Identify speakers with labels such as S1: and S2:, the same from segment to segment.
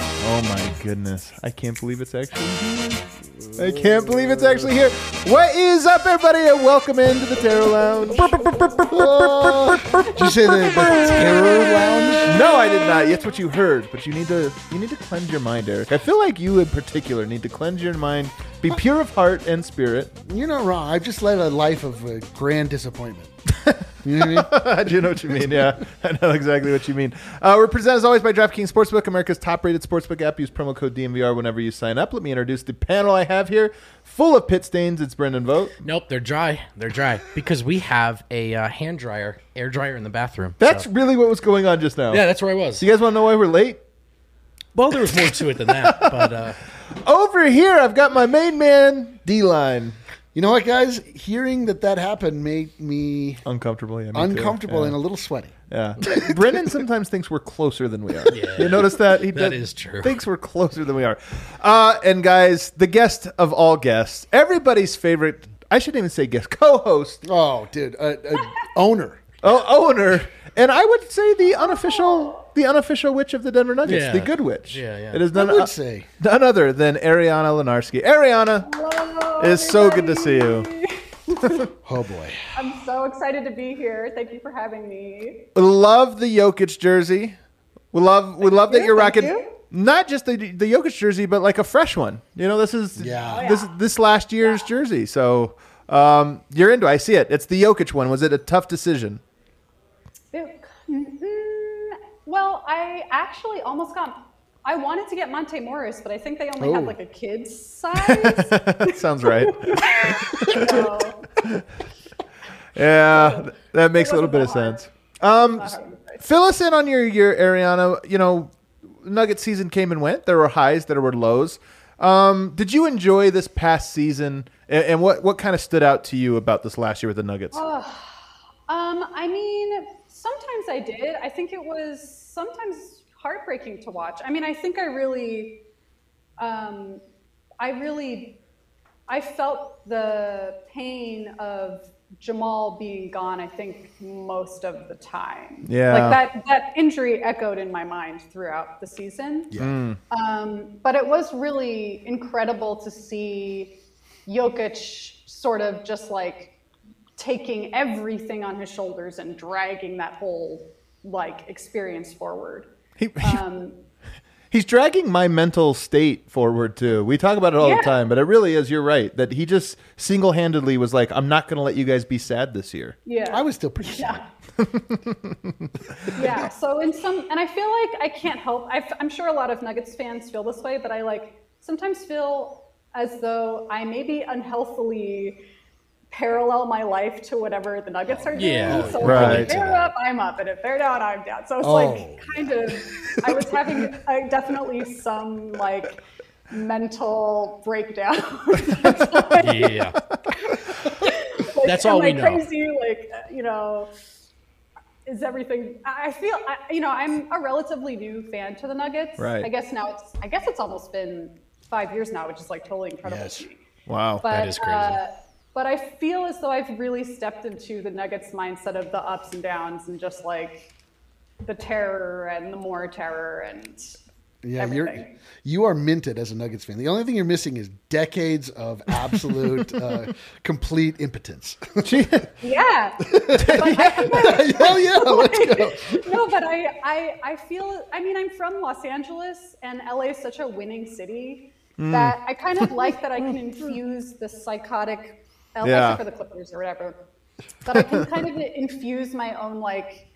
S1: Oh my goodness. I can't believe it's actually here. I can't believe it's actually here. What is up, everybody, and welcome into the Tarot Lounge. Oh. Did you say the, Tarot Lounge? No, I did not. That's what you heard, but you need to you need to cleanse your mind, Eric. I feel like you in particular need to cleanse your mind, be pure of heart and spirit.
S2: You're not wrong. I've just led a life of uh, grand disappointment. You know what I mean?
S1: I do know what you mean. Yeah, I know exactly what you mean. Uh, we're presented as always by DraftKings Sportsbook, America's top-rated sportsbook app. Use promo code DMVR whenever you sign up. Let me introduce the panel I have here, full of pit stains. It's Brendan Vote.
S3: Nope, they're dry. They're dry because we have a uh, hand dryer, air dryer in the bathroom.
S1: That's
S3: so-
S1: really what was going on just now.
S3: yeah, that's where I was.
S1: Do you guys want to know why we're late?
S3: Well, there was more to it than that, but uh,
S1: Over here, I've got my main man, D Line.
S2: You know what, guys? Hearing that that happened made me
S1: Uncomfortable. Yeah, me too.
S2: uncomfortable and a little sweaty.
S1: Yeah. yeah. Brendan sometimes thinks we're closer than we are. You notice that? He
S3: That
S1: does-
S3: is true.
S1: Thinks we're closer than we are. Uh, and guys, the guest of all guests, everybody's favorite. I shouldn't even say guest, co-host
S2: Oh, dude, a, a owner.
S1: Oh, owner, and I would say the unofficial, the unofficial witch of the Denver Nuggets,
S3: Yeah.
S1: the good witch.
S3: Yeah, yeah.
S1: It is none,
S2: I would say.
S1: none other than Ariana Lenarski. Ariana, it is so good to see you.
S2: Oh boy.
S4: I'm so excited to be here. Thank you for having me.
S1: We love the Jokic jersey. We love, we love that
S4: you,
S1: you're
S4: thank
S1: rocking.
S4: you.
S1: Not just the the Jokic jersey, but like a fresh one. You know, this is
S2: Yeah. Oh,
S1: this this last year's jersey. So um, you're into. it. I see it. It's the Jokic one. Was it a tough decision?
S4: Mm, Well, I actually almost got. I wanted to get Monte Morris, but I think they only had
S2: Oh.
S4: like a kid's size.
S1: That sounds right.
S4: so,
S1: yeah, that makes a little bit of
S4: wasn't that hard.
S1: sense. Um, fill us in on your year, Ariana. You know, Nugget season came and went. There were highs, there were lows. Um, did you enjoy this past season? And, and what what kind of stood out to you about this last year with the Nuggets?
S4: Uh, um, I mean, sometimes I did. I think it was sometimes heartbreaking to watch. I mean, I think I really, um, I really, I felt the pain of Jamal being gone. I think most of the time.
S1: Yeah.
S4: Like that that injury echoed in my mind throughout the season. Yeah. Um, but it was really incredible to see Jokic sort of just like taking everything on his shoulders and dragging that whole like experience forward.
S1: He- he-
S4: Um,
S1: he's dragging my mental state forward too. We talk about it all
S4: Yeah.
S1: the time, but it really is. You're right that he just single handedly was like, "I'm not going to let you guys be sad this year."
S4: yeah.
S2: I was still pretty sad.
S4: yeah so in some and i feel like i can't help i am sure a lot of nuggets fans feel this way but i like sometimes feel as though i maybe unhealthily parallel my life to whatever the nuggets are doing
S3: Yeah.
S4: so
S1: Right.
S4: if they're up i'm up and if they're down i'm down so it's
S3: Oh.
S4: like kind of i was having I definitely some like mental breakdown
S3: yeah,
S4: Like,
S3: That's
S4: am
S3: all we
S4: I
S3: know.
S4: Crazy, like uh, you know, is everything? I I feel, I, you know, I'm a relatively new fan to the Nuggets.
S1: Right.
S4: I guess now it's, I guess it's almost been five years now, which is like totally incredible.
S2: Yes.
S4: to me.
S1: Wow.
S4: But,
S3: is crazy.
S4: Uh, but I feel as though I've really stepped into the Nuggets mindset of the ups and downs and just like the terror and the more terror and
S2: Yeah, you're
S4: everything.
S2: you are minted as a Nuggets fan. The only thing you're missing is decades of absolute uh, complete impotence.
S4: Yeah. But I think I-
S2: Hell yeah, let's go.
S4: no, but I, I, I feel, I mean, I'm from Los Angeles, and LA is such a winning city
S1: Mm.
S4: that I kind of like that I can infuse the psychotic, uh,
S1: Yeah.
S4: except for the Clippers or whatever, but I can kind of infuse my own, like,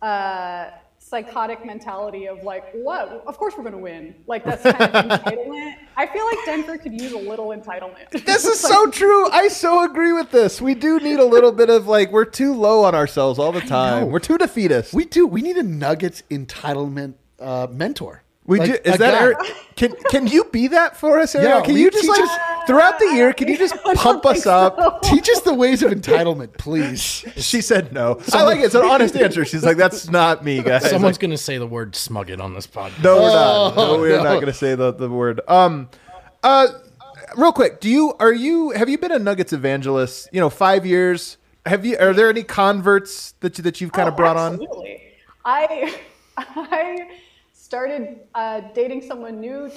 S4: uh, psychotic mentality of like what of course we're going to win like that's kind of entitlement i feel like denver could use a little entitlement
S1: This is so true. I so agree with this. We do need a little bit of like we're too low on ourselves all the time. We're too defeatist.
S2: We do. We need a Nuggets entitlement uh, mentor.
S1: We
S2: Like,
S1: do. Is
S2: a
S1: that
S2: guy.
S1: Eric? Can can you be that for us, Ariel?
S2: Yeah,
S1: can
S2: will
S1: you
S2: you
S1: just
S2: teach
S1: like
S2: us-
S1: throughout the year? Can you just pump us up?
S2: Teach us the ways of entitlement, please.
S1: She said no. I like it. It's an honest answer. She's like, that's not me, guys.
S3: Someone's going to say the word smuggin on this podcast. Oh,
S1: No, we're not. Oh, No, we're
S2: no.
S1: not going to say the, the word. Um, uh, real quick, do you are you have you been a Nuggets evangelist? You know, five years. Have you? Are there any converts that you, that you've kind of
S4: Oh,
S1: brought on?
S4: absolutely. I I started uh, dating someone new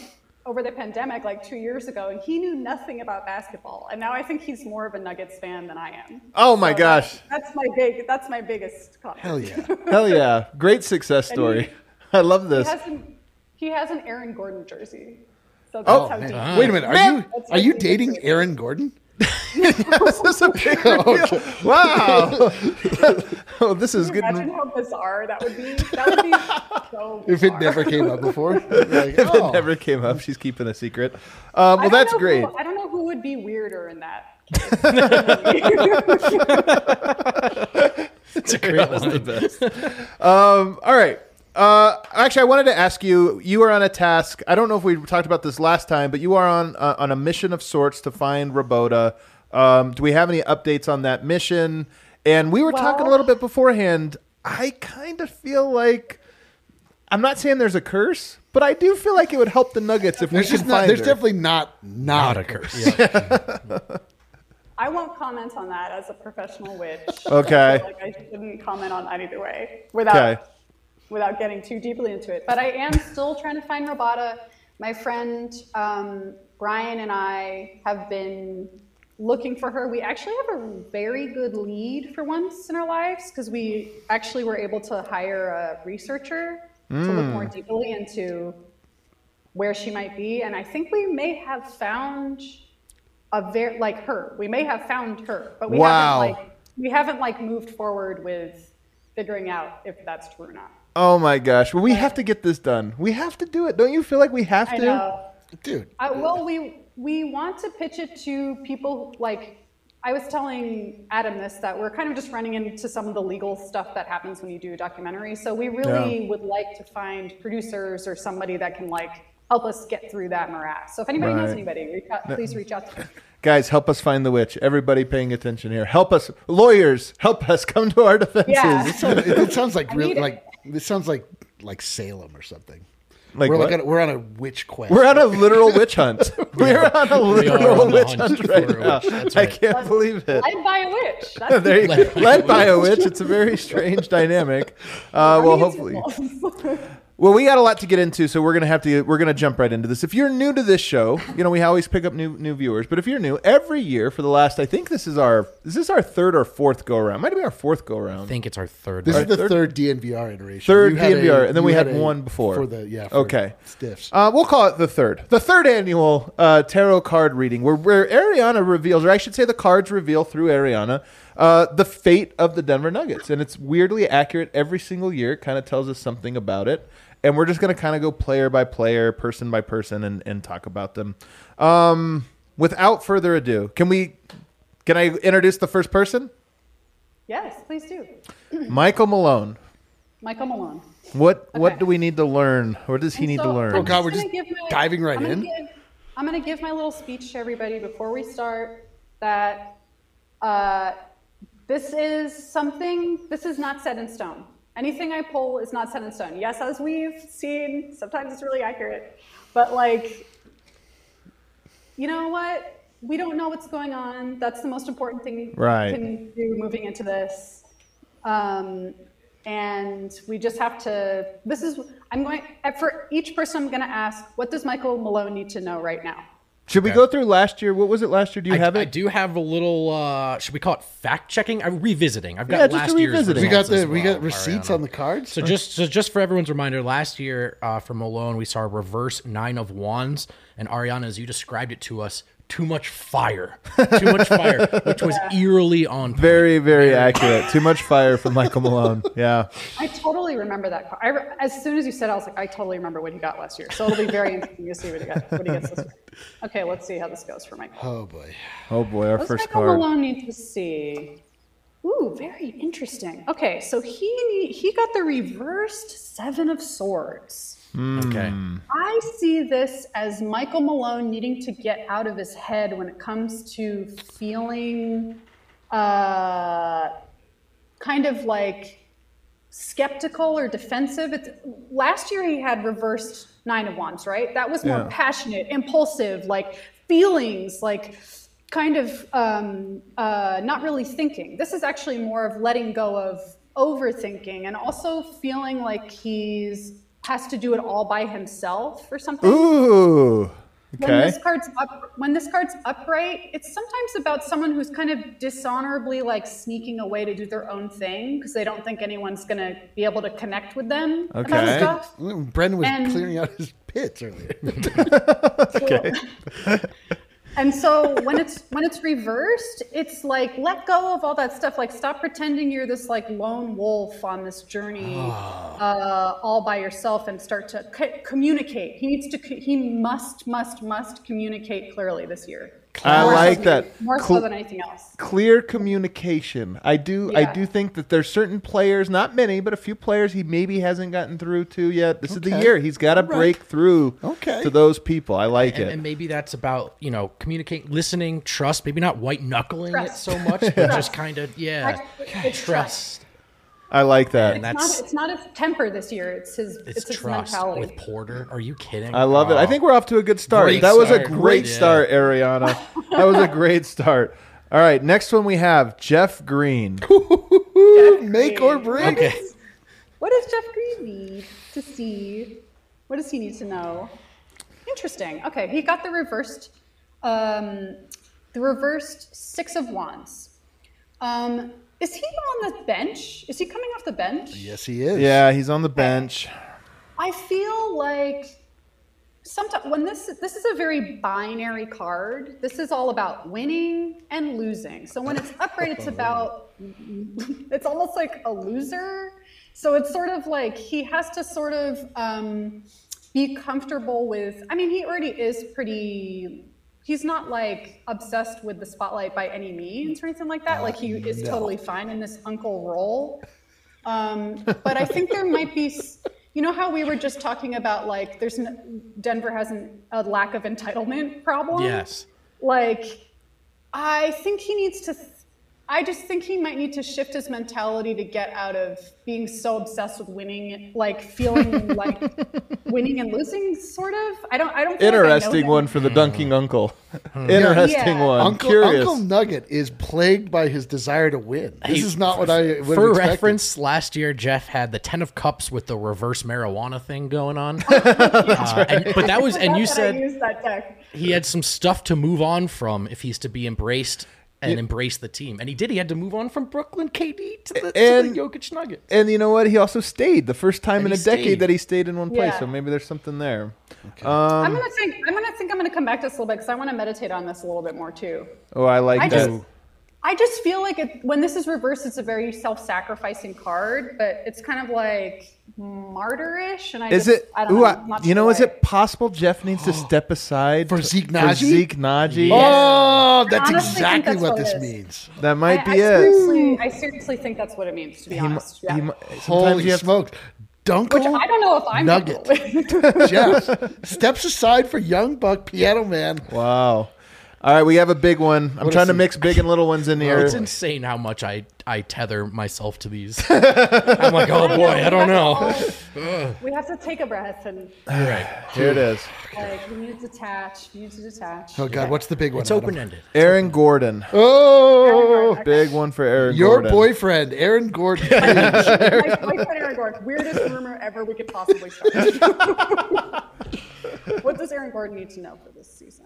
S4: over the pandemic like two years ago, and he knew nothing about basketball. And now I think he's more of a Nuggets fan than I am.
S1: Oh my
S4: So
S1: gosh!
S4: that's- that's my big that's my biggest comment.
S2: Hell yeah.
S1: Hell yeah! Great success
S4: And he-
S1: story. I love
S4: He
S1: this.
S4: has an, he has an Aaron Gordon jersey. So that's
S1: Oh,
S4: how deep.
S2: Wait a minute. Are
S1: Man.
S2: you are you dating Aaron Gordon?
S1: this is a big reveal. Wow! oh, this is good.
S4: Imagine how bizarre that would be. That would be so
S2: If it
S4: bizarre.
S2: never came up before, like,
S1: If
S2: oh.
S1: it never came up, she's keeping a secret. Um,
S4: I
S1: well,
S4: don't
S1: that's
S4: know
S1: great.
S4: Who, I don't know who would be weirder in that.
S3: It's a great line.
S1: Um, all right. Uh, actually, I wanted to ask you. You are on a task. I don't know if we talked about this last time, but you are on uh, on a mission of sorts to find Robota. Um, do we have any updates on that mission? And we were talking a
S4: Well-
S1: little bit beforehand. I kind of feel like I'm not saying there's a curse, but I do feel like it would help the Nuggets if
S2: There's
S1: we
S2: just
S1: can
S2: not.
S1: find
S2: There's
S1: her.
S2: definitely not not,
S3: Not a curse.
S4: I won't comment on that as a professional witch.
S1: Okay.
S4: I, feel like I shouldn't comment on that either way without
S1: Okay.
S4: without getting too deeply into it. But I am still trying to find Robata. My friend um, Brian and I have been looking for her. We actually have a very good lead for once in our lives because we actually were able to hire a researcher to
S1: Hmm.
S4: look more deeply into where she might be. And I think we may have found a very like her. We may have found her, but we
S1: Wow.
S4: haven't like we haven't like moved forward with figuring out if that's true or not.
S1: Oh my gosh! Well, we have to get this done. We have to do it. Don't you feel like we have
S4: I
S1: to?
S4: know.
S2: dude.
S4: uh, I, well, we we want to pitch it to people like I was telling Adam this that we're kind of just running into some of the legal stuff that happens when you do a documentary. So we really
S1: Yeah.
S4: would like to find producers or somebody that can like help us get through that morass. So if anybody knows
S1: Right.
S4: anybody, reach out, please reach out to me.
S1: Guys, help us find the witch. Everybody paying attention here. Help us. Lawyers, help us come to our defenses.
S4: Yeah.
S2: So it, it sounds like real,
S4: need it.
S2: like this sounds like like Salem or something.
S1: Like
S2: we're
S1: what?
S2: like on, a- we're on a witch quest.
S1: We're on a literal witch hunt. We're on a
S3: We are
S1: literal
S3: on the
S1: witch
S3: hunt
S1: hunt
S3: for
S1: right
S3: a witch.
S1: now.
S3: That's
S1: I
S3: right.
S1: can't believe it.
S4: Led by a witch. That's
S1: There you
S3: Led
S1: go.
S3: by
S1: Led by a witch. It's a very strange dynamic. Uh, well, hopefully. Well, we got a lot to get into, so we're gonna have to we're gonna jump right into this. If you're new to this show, you know we always pick up new new viewers. But if you're new, every year for the last, I think this is our is this our third or fourth go round? Might have been our fourth go round.
S3: I think it's our third.
S2: This
S3: one.
S2: is the third, DNVR iteration.
S1: Third
S2: You had a-
S1: DNVR, and then
S2: you
S1: we had,
S2: a-
S1: one before.
S2: For the yeah. For
S1: okay.
S2: Stiffs.
S1: Uh, we'll call it the third, the third annual uh, tarot card reading, where where Ariana reveals, or I should say, the cards reveal through Ariana uh, the fate of the Denver Nuggets, and it's weirdly accurate every single year. It kind of tells us something about it, and we're just gonna kind of go player by player, person by person, and and talk about them. Um, without further ado, can we? Can I introduce the first person?
S4: yes, please do.
S1: Michael Malone.
S4: Michael Malone.
S1: What what
S4: Okay.
S1: do we need to learn? What does he need to learn?
S4: I'm
S2: Oh, God, we're
S4: gonna
S2: just
S4: give my-
S2: diving right
S4: I'm gonna
S2: in?
S4: give- I'm going to give my little speech to everybody before we start that uh, this is something, this is not set in stone. Anything I pull is not set in stone. Yes, as we've seen, sometimes it's really accurate, but like, you know what? We don't know what's going on. That's the most important thing
S1: Right.
S4: we can do moving into this. Um, and we just have to. This is I'm going for each person. I'm going to ask, what does Michael Malone need to know right now?
S1: Should we go through last year? What was it last year? Do you
S3: I,
S1: have it?
S3: I do have a little. uh Should we call it fact checking? I'm revisiting. I've got
S1: Yeah, just
S3: last
S1: a
S3: year's.
S1: revisiting.
S2: We got
S3: results
S2: the
S3: as
S2: we
S3: well,
S2: got receipts
S3: Ariana.
S2: on the cards.
S3: So just so just for everyone's reminder, last year uh, for Malone, we saw a reverse nine of wands, and Ariana, as you described it to us, too much fire, too much fire, which was eerily on point.
S1: Very, very accurate. Too much fire from Michael Malone. Yeah.
S4: I totally remember that. card. I, re- as soon as you said, it, I was like, I totally remember what he got last year. So it'll be very interesting to see what he got. What he gets this year. Okay, let's see how this goes for Michael.
S2: oh boy.
S1: Oh boy, our
S4: Let's
S1: first
S4: Michael
S1: card.
S4: Malone need to see. Ooh, very interesting. Okay, so he need- he got the reversed seven of swords.
S1: Hmm.
S3: Okay,
S4: I see this as Michael Malone needing to get out of his head when it comes to feeling uh, kind of like skeptical or defensive. It's, last year he had reversed nine of wands, right? That was more
S1: Yeah.
S4: passionate, impulsive, like feelings, like kind of um, uh, not really thinking. This is actually more of letting go of overthinking and also feeling like he's has to do it all by himself or something
S1: Ooh.
S4: when
S1: Okay.
S4: this card's up when this card's upright it's sometimes about someone who's kind of dishonorably like sneaking away to do their own thing because they don't think anyone's going to be able to connect with them
S1: Okay.
S4: about stuff
S2: Brendan was
S4: And-
S2: clearing out his pits earlier.
S4: and so when it's when it's reversed it's like let go of all that stuff like stop pretending you're this like lone wolf on this journey uh, all by yourself and start to c- communicate he needs to c- he must must must communicate clearly this year
S1: I
S4: More so
S1: like
S4: than-
S1: that.
S4: more
S1: Cl-
S4: so than anything else
S1: Clear communication. I do. I
S4: Yeah.
S1: do think that there's certain players, not many, but a few players he maybe hasn't gotten through to yet. This is the
S2: Okay.
S1: year he's got to
S2: All right.
S1: break through
S2: Okay.
S1: to those people. I like
S3: and,
S1: it.
S3: and maybe that's about you know communicate, listening, trust. Maybe not white knuckling it
S4: Trust.
S3: so much, but just kind of yeah,
S4: Actually, it's
S3: trust.
S1: I like that.
S3: And
S4: It's
S3: that's
S4: not, it's not his temper this year. It's his. It's,
S3: it's,
S4: his
S3: trust
S4: mentality.
S3: with Porter. Are you kidding?
S1: I love it. I
S3: Oh.
S1: think we're off to a good start.
S3: Great
S1: that was a
S3: start.
S1: great
S3: Yeah.
S1: start, Ariana. that was a great start. All right, next one we have Jeff Green.
S2: Make or break.
S3: Okay.
S4: What does Jeff Green need to see? What does he need to know? Interesting. Okay, he got the reversed, um, the reversed six of wands. Um, is he on the bench? Is he coming off the bench?
S2: Yes, he is.
S1: Yeah, he's on the bench.
S4: I feel like sometimes when this this is a very binary card. This is all about winning and losing. So when it's upright, it's about it's almost like a loser. So it's sort of like he has to sort of um, be comfortable with. I mean, he already is pretty. He's not like obsessed with the spotlight by any means or anything like that. Like he is totally fine in this uncle role. Um, but I think there might be, s- you know, how we were just talking about like there's n Denver has an, a lack of entitlement problem.
S3: Yes.
S4: Like, I think he needs to. th- I just think he might need to shift his mentality to get out of being so obsessed with winning, like feeling like winning and losing, sort of. I don't. I don't. feel like I know
S1: Interesting
S4: him.
S1: one for the dunking uncle. Interesting
S4: Yeah.
S1: one.
S2: Uncle,
S1: Curious.
S2: Uncle Nugget is plagued by his desire to win.
S3: Hey,
S2: This is not what I would
S3: For
S2: have expected.
S3: reference, last year Jeff had the ten of cups with the reverse marijuana thing going on, Uh, and- but that was and you
S4: Forgot that I
S3: said
S4: used that deck.
S3: he had some stuff to move on from if he's to be embraced and embrace the team, and he did. He had to move on from Brooklyn KD to the, to
S1: And-
S3: the Jokic Nugget.
S1: and you know what? He also stayed the first time
S3: And
S1: in a
S3: he
S1: decade
S3: stayed.
S1: that he stayed in one place.
S4: Yeah.
S1: So maybe there's something there.
S4: I'm
S1: Um,
S4: gonna think. I'm gonna think. I'm gonna come back to this a little bit because I want to meditate on this a little bit more too.
S1: Oh, I like
S4: I
S1: that.
S4: just, I just feel like it, when this is reversed, it's a very self-sacrificing card, but it's kind of like martyrish. And I
S1: is
S4: just,
S1: it?
S4: I don't
S1: Ooh,
S4: know,
S1: I-
S4: I'm not
S1: you know,
S4: sure
S1: is
S4: why.
S1: it possible Jeff needs to step aside
S2: For
S1: t-
S2: Zeke Naji?
S1: Zeke Naji?
S2: Oh, that's
S4: honestly think
S2: exactly
S4: that's
S2: what
S4: what it
S2: this
S4: is.
S2: means.
S1: that
S4: I,
S1: might
S4: I
S1: be it.
S4: seriously, I seriously think that's what it means. To be
S1: mu-
S4: honest, yeah.
S1: he mu- sometimes
S2: Holy
S1: you have to
S2: smokes. Dunkel
S4: I don't know if I'm
S2: Nugget. Jeff steps aside for Young Buck Piano Man.
S1: Wow. All right, we have a big one. I'm
S2: What
S1: trying
S2: is
S1: to
S2: it?
S1: mix big and little ones in here.
S3: It's insane how much I I tether myself to these. I'm like, oh boy, I don't know.
S4: That's all- we have to take a breath and
S1: Here it is.
S4: like we need to detach. We need to detach.
S2: Oh God, what's the big one?
S3: It's
S2: Adam?
S3: open ended.
S1: Aaron Gordon.
S2: Oh,
S1: Big one for Aaron
S2: your
S1: Gordon.
S2: boyfriend, Aaron Gordon.
S4: my, my friend Aaron Gordon, weirdest rumor ever we could possibly start. what does Aaron Gordon need to know for this season?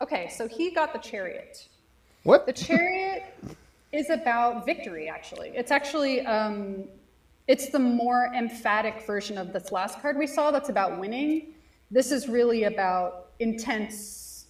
S4: Okay, so he got the chariot. The
S1: What?
S4: chariot is about victory, actually. It's actually um, it's the more emphatic version of this last card we saw that's about winning. This is really about intense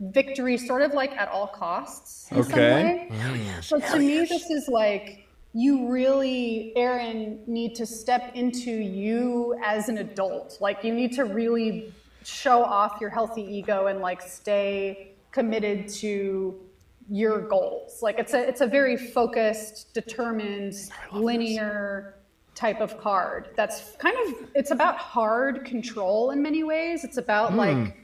S4: victory, sort of like at all costs in
S1: Okay.
S4: some way. So to me, this is like you really, Aaron, need to step into you as an adult. Like you need to really show off your healthy ego and like stay committed to your goals. Like it's a it's a very focused, determined, linear type of card. That's kind of it's about hard control in many ways. It's about like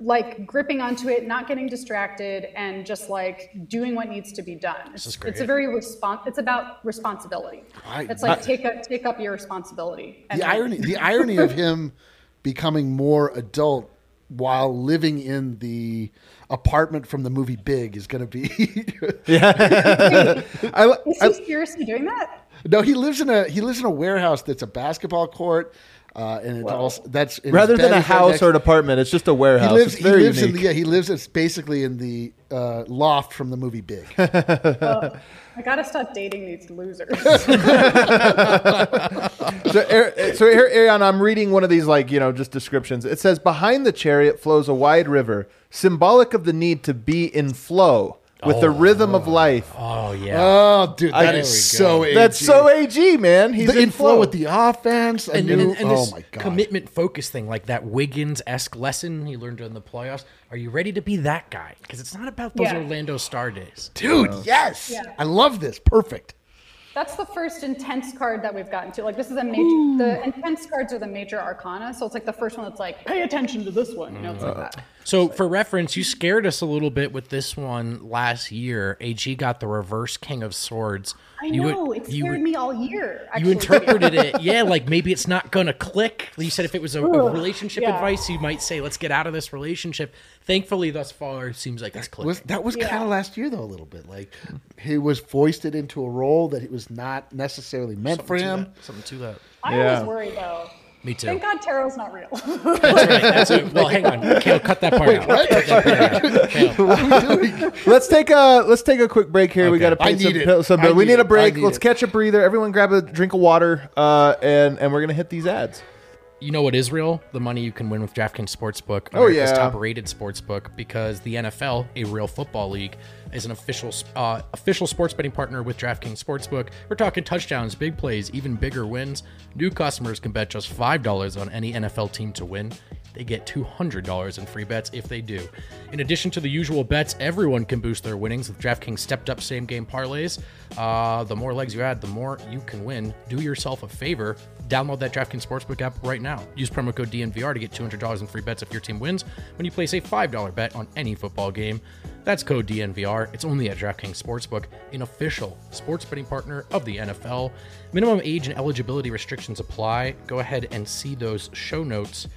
S4: like gripping onto it, not getting distracted, and just like doing what needs to be done. This
S3: is great.
S4: It's a very respons. It's about responsibility. it's like take up take up your responsibility. And
S2: the
S4: like-
S2: irony, the irony of him becoming more adult while living in the apartment from the movie Big is going to be.
S1: I, li-
S4: Is he seriously doing that?
S2: no, he lives in a he lives in a warehouse that's a basketball court, uh, and it's also that's and his
S1: rather than
S2: bed
S1: a
S2: is right
S1: house
S2: next-
S1: or an apartment, it's just a
S2: He
S1: warehouse.
S2: lives.
S1: it's
S2: He
S1: very
S2: lives in the,
S1: unique.
S2: yeah. He lives. It's basically in the uh, loft from the movie Big.
S4: I gotta stop dating these losers.
S1: so, Ar- so here, Arion, I'm reading one of these like you know just descriptions. It says behind the chariot flows a wide river, symbolic of the need to be in flow with the rhythm of life.
S3: Oh yeah.
S2: oh, dude, that
S1: There
S2: is
S1: we
S2: so. AG.
S1: That's so AG, man. He's
S2: The
S1: in, flow
S2: with the offense. a
S3: and, and,
S2: new-
S3: and
S2: oh
S3: this
S2: my god!
S3: commitment focus thing, like that Wiggins esque lesson he learned during the playoffs. Are you ready to be that guy? Because it's not about those
S4: Yeah.
S3: Orlando Star days.
S2: dude. Yes,
S4: Yeah.
S2: I love this. Perfect.
S4: That's the first intense card that we've gotten to. Like this is a major. The intense cards are the major arcana, so it's like the first one that's like pay attention to this one. You know, it's
S3: Mm.
S4: like that.
S3: So, for reference, you scared us a little bit with this one last year. AG got the reverse King of Swords.
S4: I
S3: You would-
S4: know it
S3: you
S4: scared
S3: would-
S4: me all year. Actually.
S3: You interpreted it, yeah, like maybe it's not gonna click. You said if it was a, a relationship
S4: yeah.
S3: advice, you might say, "Let's get out of this relationship." Thankfully, thus far, it seems like it's clicking.
S2: Was that was kind of last year though a little bit like he was foisted into a role that it was not necessarily meant for
S3: Something to
S2: him.
S3: that- something to that.
S4: I
S1: Yeah.
S4: always worry though.
S3: Me too.
S4: Thank God tarot's not real.
S3: That's it. well, hang on, Kale, cut that part out. Cut that part out. Kale.
S1: Let's take a let's take a quick break here. We
S3: Okay.
S1: got to pay
S2: I
S1: some
S2: need it.
S1: bills, so
S2: I
S1: we
S2: need
S1: need a
S2: it. I
S1: break.
S2: need
S1: Let's
S2: it.
S1: catch a breather. Everyone, grab a drink of water, uh, and and we're gonna hit these ads.
S3: you know what is real? The money you can win with DraftKings Sportsbook,
S1: Oh,
S3: America's
S1: yeah.
S3: top-rated sportsbook, because the NFL, a real football league, is an official uh, official sports betting partner with DraftKings Sportsbook. We're talking touchdowns, big plays, even bigger wins. New customers can bet just five dollars on any NFL team to win. They get $200 in free bets if they do. In addition to the usual bets, everyone can boost their winnings with DraftKings stepped up same game parlays. Uh, the more legs you add, the more you can win. Do yourself a favor. Download that DraftKings Sportsbook app right now. Use promo code DNVR to get $200 in free bets if your team wins when you place a $5 bet on any football game. That's code DNVR. It's only at DraftKings Sportsbook, an official sports betting partner of the NFL. Minimum age and eligibility restrictions apply. Go ahead and see those show notes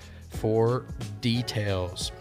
S3: for details.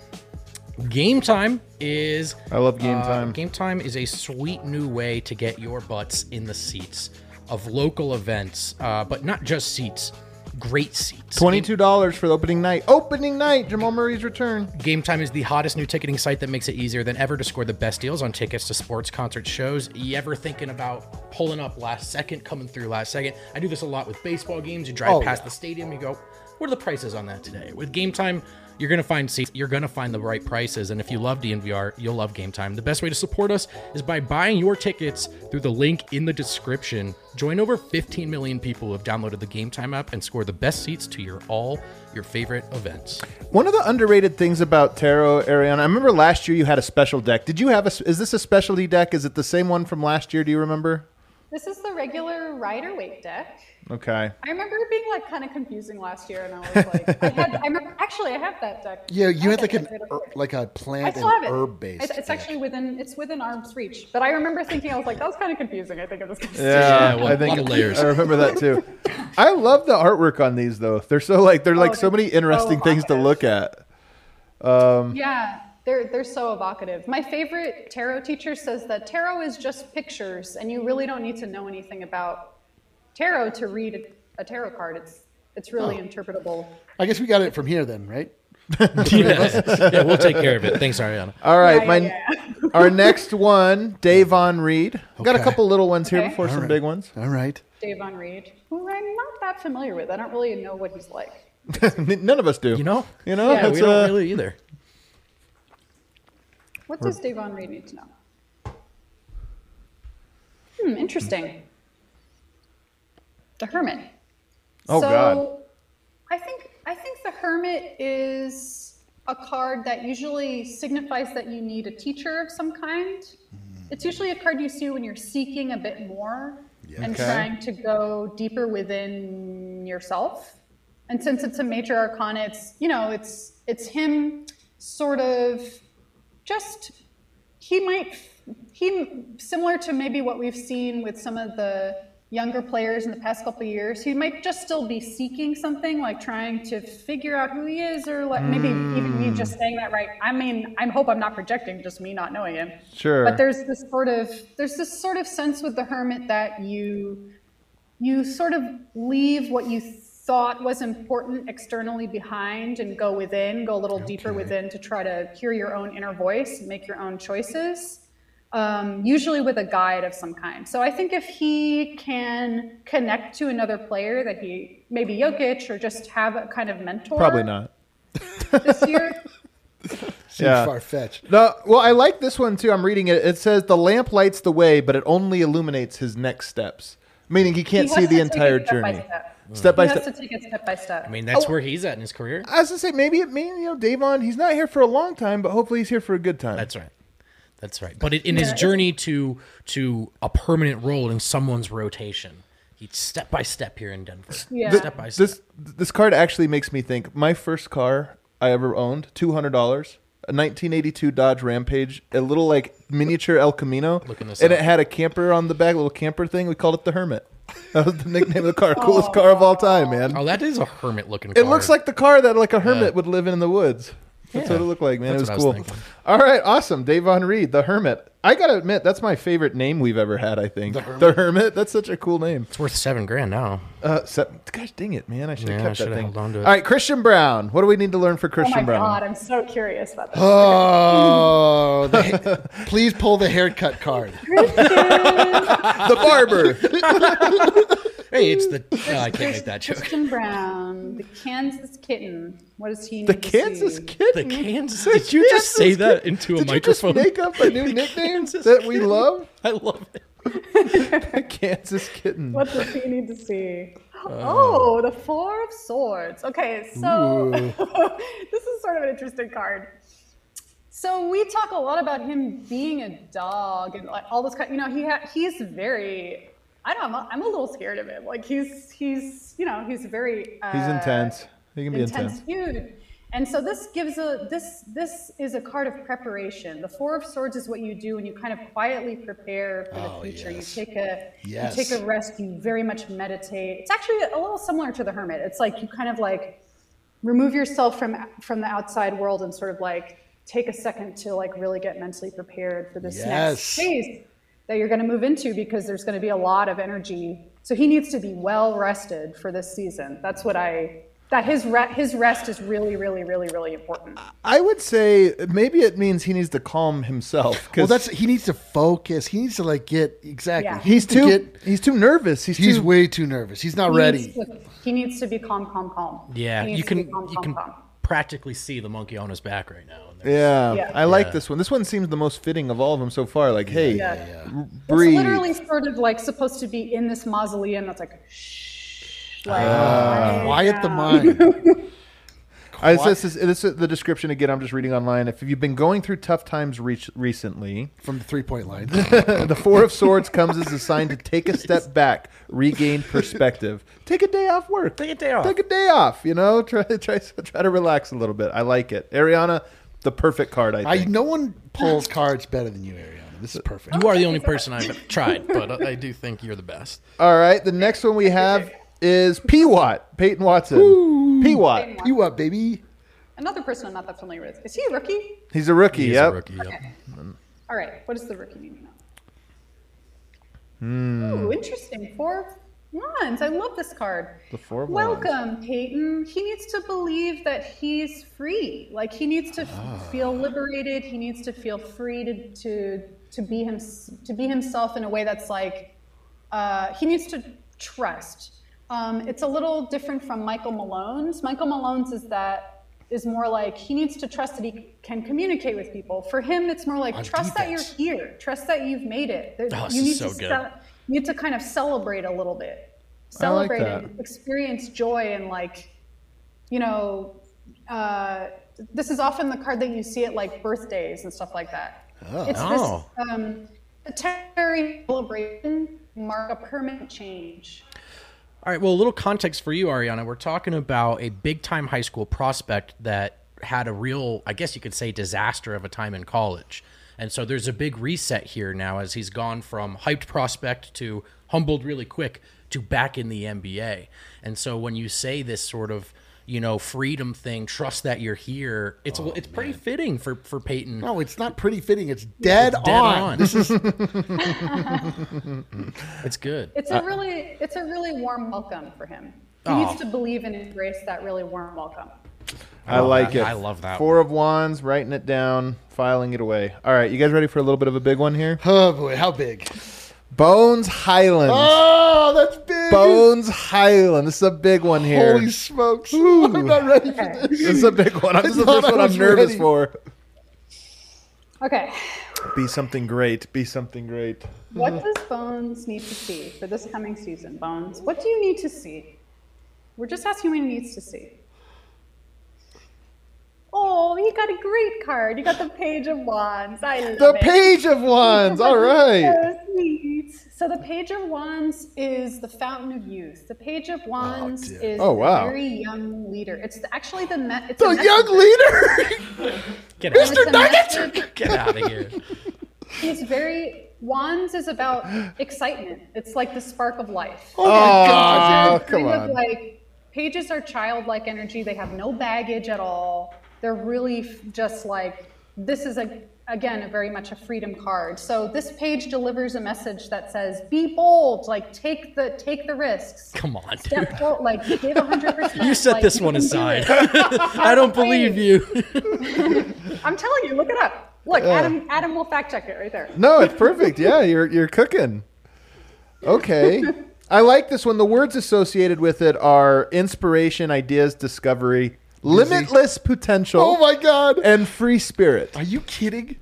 S3: Game time is.
S1: I love game
S3: uh,
S1: time.
S3: Game time is a sweet new way to get your butts in the seats of local events, uh, but not just seats, great seats.
S1: Twenty-two dollars for the opening night. Opening night, Jamal Murray's return.
S3: Game Time is the hottest new ticketing site that makes it easier than ever to score the best deals on tickets to sports, concerts, shows. You ever thinking about pulling up last second, coming through last second? I do this a lot with baseball games. You drive past the stadium, you go, what are the prices on that today? With Game Time, you're gonna find seats, you're gonna find the right prices, and if you love DNVR, you'll love Game Time. The best way to support us is by buying your tickets through the link in the description. Join over 15 million people who have downloaded the Game Time app and score the best seats to your all your favorite events.
S1: One of the underrated things about tarot, Ariana, I remember last year you had a special deck. Did you have a? Is this a specialty deck? Is it the same one from last year? Do you remember?
S4: This is the regular rider weight deck.
S1: Okay.
S4: I remember it being like kind of confusing last year, and I was like, I had, I remember, actually, I have that deck.
S2: Yeah, you
S4: I
S2: had like
S4: that
S2: an
S4: deck right
S2: er,
S4: over there.
S2: like a
S4: I
S2: plant
S4: still have
S2: and
S4: it.
S2: herb based.
S4: It's, it's actually within it's within arm's reach. But I remember thinking I was like, that was kind of confusing. I think I'm just gonna say.
S1: Yeah,
S3: well,
S1: I think
S3: lot of layers.
S1: I remember that too. I love the artwork on these though. They're so like they're like
S4: Oh,
S1: so many
S4: they're so
S1: interesting things to
S4: evocative.
S1: look at.
S4: Yeah, they're they're so evocative. My favorite tarot teacher says that tarot is just pictures, and you really don't need to know anything about tarot to read a, a tarot card. It's it's really
S2: Oh.
S4: interpretable.
S2: I guess we got it from here then, right?
S3: yeah. yeah, we'll take care of it. Thanks, Ariana.
S1: All right,
S4: Yeah,
S1: my
S4: yeah,
S1: our next one, Davon Reed. Got a
S2: Okay.
S1: couple little ones here
S4: Okay.
S1: before some big ones.
S2: All right.
S4: Dave Von Reed, who I'm not that familiar with. I don't really know what he's like.
S1: N- None of us do.
S3: You know?
S1: You know?
S3: Yeah,
S1: It's,
S3: we don't
S1: uh,
S3: really either.
S4: What does Dave Von Reed need to know? Hmm, interesting. The Hermit.
S1: Oh,
S4: so,
S1: God.
S4: I think I think the Hermit is a card that usually signifies that you need a teacher of some kind. Mm-hmm. It's usually a card you see when you're seeking a bit more and
S1: Okay.
S4: trying to go deeper within yourself. And since it's a major arcana, it's you know, it's it's him sort of just he might he similar to maybe what we've seen with some of the younger players in the past couple of years he might just still be seeking something like trying to figure out who he is or like maybe even me just saying that right i mean i hope i'm not projecting just me not knowing him
S1: Sure.
S4: but there's this sort of there's this sort of sense with the hermit that you you sort of leave what you thought was important externally behind and go within, go a little deeper within to try to hear your own inner voice and make your own choices, um, usually with a guide of some kind. So I think if he can connect to another player that he maybe Jokic or just have a kind of mentor
S1: Probably not.
S4: this year.
S2: Seems
S1: Yeah.
S2: far fetched.
S1: No, well, I like this one too. I'm reading it. It says the lamp lights the way, but it only illuminates his next steps, meaning he can't
S4: He
S1: see
S4: has
S1: the
S4: to take it
S1: entire
S4: step by
S1: journey.
S4: step.
S1: Step by
S4: he
S1: step.
S4: has to take it step by step.
S3: I mean, that's where he's at in his career.
S1: I was gonna say maybe it means you know Davon. He's not here for a long time, but hopefully he's here for a good time.
S3: That's right. That's right. But it, in his journey to to a permanent role in someone's rotation, he's step by step here in Denver.
S4: Yeah.
S1: Th-
S3: Step by step.
S1: this this card actually makes me think. My first car I ever owned, two hundred dollars, a nineteen eighty two Dodge Rampage, a little like miniature El Camino,
S3: Looking this
S1: and
S3: up.
S1: it had a camper on the back, a little camper thing. We called it the Hermit. That was the nickname of the car, coolest car of all time, man.
S3: oh, that is a hermit looking.
S1: It looks like the car that like a hermit would live in in the woods. That's
S3: Yeah.
S1: what it looked like, man.
S3: That's
S1: it
S3: what
S1: was
S3: I
S1: cool.
S3: was thinking.
S1: All right, awesome. Davon Reed, the Hermit. I gotta admit, that's my favorite name we've ever had. I think the Hermit. That's such a cool name.
S3: it's worth seven grand now.
S1: Uh, so, gosh dang it, man! I should have
S3: Yeah, I
S1: kept that
S3: should've
S1: thing.
S3: held on to it.
S1: All right, Christian Brown. What do we need to learn for
S4: oh
S1: Christian
S4: my
S1: Brown?
S4: god, I'm so curious about this.
S2: Oh, the- please pull the haircut card.
S1: The barber.
S3: Hey, it's the. No, I can't make that joke.
S4: Christian Brown, the Kansas kitten. What does he? Need
S1: the
S4: to
S1: Kansas
S4: see?
S3: The
S1: Kitten.
S3: Kansas. Did you just
S1: Kansas
S3: say that
S1: Kitten.
S3: into a
S1: Did
S3: microphone?
S1: you just make up a new nickname that we love?
S3: I love it.
S1: The Kansas Kitten.
S4: What does he need to see?
S1: Uh.
S4: oh, the Four of Swords. Okay, so this is sort of an interesting card. So we talk a lot about him being a dog and like all this kind. You know, he ha- he's very. I don't. know, I'm a, I'm a little scared of him. Like he's he's you know he's very. Uh,
S1: He's intense. He can be intense.
S4: intense feud. And so this gives a this this is a card of preparation. The four of swords is what you do when you kind of quietly prepare for the future.
S2: Oh, yes.
S4: You take a
S2: Yes.
S4: you take a rest. You very much meditate. It's actually a little similar to the hermit. It's like you kind of like remove yourself from from the outside world and sort of like take a second to like really get mentally prepared for this
S2: Yes.
S4: next phase that you're going to move into because there's going to be a lot of energy. So he needs to be well rested for this season. That's what I that his re- his rest is really really really really important.
S1: I would say maybe it means he needs to calm himself. 'cause
S2: Well, that's he needs to focus. He needs to like get exactly.
S4: Yeah.
S2: He
S1: he's
S2: needs to
S1: too
S2: get-
S1: he's too nervous. He's,
S2: he's
S1: too
S2: way too nervous. He's not ready.
S4: He needs to, he needs to be calm calm calm.
S3: Yeah,
S4: He needs
S3: you
S4: to
S3: can
S4: be calm,
S3: you
S4: calm,
S3: can
S4: calm.
S3: practically see the monkey on his back right now. And there's-
S1: yeah,
S4: Yeah.
S1: I like
S3: Yeah.
S1: this one. This one seems the most fitting of all of them so far. Like, hey,
S4: Yeah, yeah,
S3: uh,
S4: yeah.
S1: r-
S4: It's
S1: breathe.
S4: literally sort of like supposed to be in this
S3: Uh,
S4: mausoleum that's like shh like
S2: Quiet the mind.
S1: I, this, is, this is the description again. I'm just reading online. If you've been going through tough times re- recently,
S2: from the three point line.
S1: the Four of Swords comes as a sign to take a step back, regain perspective, take a day off work,
S3: Take a day off.
S1: take a day off. You know, try try try to relax a little bit. I like it, Ariana. The perfect card, I
S2: I
S1: think.
S2: no one pulls cards better than you, Ariana. This is perfect.
S3: You are the only person I've tried, but uh, I do think you're the best.
S1: All right, the next one we have is P. Watt, Peyton Watson. P. Watt.
S2: You up, baby?
S4: Another person I'm not that familiar with. Is he a rookie?
S1: He's a rookie.
S3: He's
S1: yep.
S3: a rookie. Yep.
S4: All right. What does the rookie mean now?
S1: Hmm.
S4: Ooh, interesting. Four of Wands. I love this card. The
S1: Four of Wands.
S4: Welcome, Peyton. He needs to believe that he's free. Like he needs to f-
S1: Ah.
S4: feel liberated. He needs to feel free to to to be him to be himself in a way that's like uh, he needs to trust. Um, it's a little different from Michael Malone's. Michael Malone's is that is more like he needs to trust that he can communicate with people. For him, it's more like
S2: On
S4: trust
S2: defense.
S4: that you're here, trust that you've made it. There-
S3: Oh, this
S4: you
S3: is
S4: need
S3: so
S4: to
S3: good.
S4: ce- you need to kind of celebrate a little
S1: I
S4: bit,
S1: like
S4: celebrate
S1: that.
S4: and experience joy and like, you know, uh, this is often the card that you see at like birthdays and stuff like that. It's
S3: Oh.
S4: this um, a temporary celebration mark a permanent change.
S3: All right. Well, a little context for you, Ariana. We're talking about a big time high school prospect that had a real, I guess you could say, disaster of a time in college. And so there's a big reset here now as he's gone from hyped prospect to humbled really quick to back in the NBA. And so when you say this sort of, you know, freedom thing, trust that you're here, it's it's pretty fitting for for Peyton.
S2: No, it's not pretty fitting. It's dead,
S3: Dead
S2: on.
S3: on.
S2: This is
S3: It's good.
S4: It's a really it's a really warm welcome for him. He
S3: Aw.
S4: needs to believe and embrace that really warm welcome.
S1: I like
S3: that.
S1: it.
S3: I love that
S1: Four of Wands, writing it down, filing it away. All right, you guys ready for a little bit of a big one here?
S2: oh boy, how big?
S1: Bones Highland.
S2: Oh, that's big.
S1: Bones Highland. This is a big one here.
S2: Holy smokes! I'm not ready for this.
S1: this is a big one. This is the
S2: thought
S1: first
S2: I
S1: one I'm
S2: was
S1: nervous
S2: ready.
S1: for.
S4: Okay.
S1: Be something great. Be something great. Mm.
S4: What does Bones need to see for this coming season, Bones? What do you need to see? We're just asking what he needs to see. Oh, you got a great card. You got the Page of Wands. I love
S1: The
S4: it.
S1: Page of Wands. All right.
S4: So sweet. So the Page of Wands is the fountain of youth. The Page of Wands
S2: dear.
S4: is
S1: Oh, wow.
S4: the very young leader. It's the- actually the me- it's
S1: The
S4: a
S1: young
S4: messenger.
S1: leader.
S3: Get out,
S4: It's a messenger.
S3: get out of here.
S4: He's very Wands is about excitement. It's like the spark of life.
S1: Oh,
S4: They're
S1: come
S4: kind of
S1: on.
S4: like pages are childlike energy. They have no baggage at all. They're really f- just like this is a again a very much a freedom card. So this page delivers a message that says be bold, like take the take the risks.
S3: Come on, dude.
S4: Step forward, like give 100%.
S3: You set
S4: like,
S3: this one
S4: can do
S3: aside.
S4: it.
S3: I don't believe you.
S4: I'm telling you, look it up. Look, Adam Adam will fact check it right there.
S1: No, it's perfect. Yeah, you're you're cooking. Okay. I like this one. The words associated with it are inspiration, ideas, discovery, limitless potential,
S2: Oh my god!
S1: and free spirit.
S2: Are you kidding?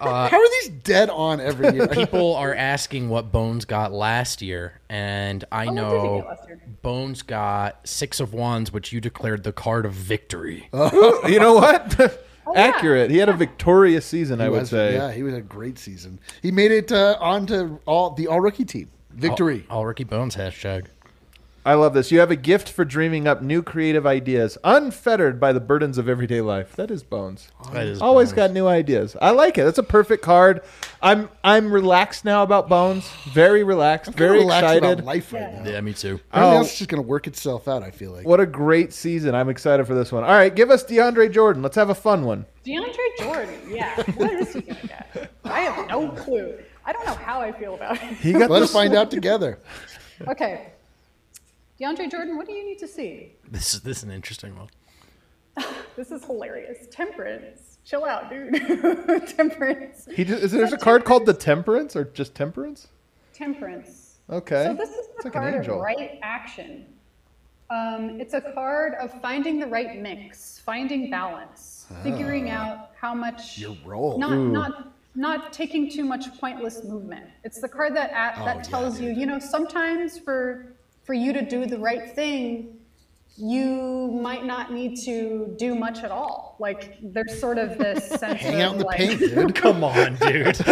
S2: how are these dead on every year?
S3: people are asking what Bones got last year, and I
S4: what did he
S3: know
S4: get last year?
S3: Bones got six of wands, which you declared the card of victory.
S1: you know what?
S4: yeah.
S1: Accurate. He had a victorious season, I
S2: He
S1: would
S2: was-
S1: say.
S2: Yeah, he was a great season. He made it uh, onto all the all rookie team. Victory.
S1: Oh,
S3: All Ricky Bones hashtag.
S1: I love this. You have a gift for dreaming up new creative ideas, unfettered by the burdens of everyday life. That is Bones.
S3: That is
S1: Always
S3: Bones.
S1: got new ideas. I like it. That's a perfect card. I'm I'm relaxed now about Bones. Very relaxed. very
S2: Kinda relaxed about
S1: excited.
S2: life right now.
S3: Yeah, me too.
S2: Everything
S1: Oh.
S2: else is just going to work itself out. I feel like.
S1: What a great season. I'm excited for this one. All right, give us DeAndre Jordan. Let's have a fun one.
S4: DeAndre Jordan, yeah. What is he gonna get? I have no clue. I don't know how I feel about it.
S1: He got
S2: Let us find out together.
S4: Okay. DeAndre Jordan, what do you need to see?
S3: This is this is an interesting one.
S4: This is hilarious. Temperance. Chill out, dude. Temperance.
S1: He just, is there's a card called the Temperance or just Temperance?
S4: Temperance.
S1: Okay.
S4: So this is
S1: It's
S4: the
S1: like an
S4: card
S1: angel.
S4: of right action. Um, it's a card of finding the right mix, finding balance, figuring
S1: Ah.
S4: out how much
S2: Your role.
S4: Not not not taking too much pointless movement. It's the card that
S2: Oh,
S4: at, that tells you, you know, sometimes for for you to do the right thing, you might not need to do much at all. Like there's sort of this sense
S2: Hang
S4: of
S2: out in the
S4: like,
S2: paint, dude.
S3: Come on, dude.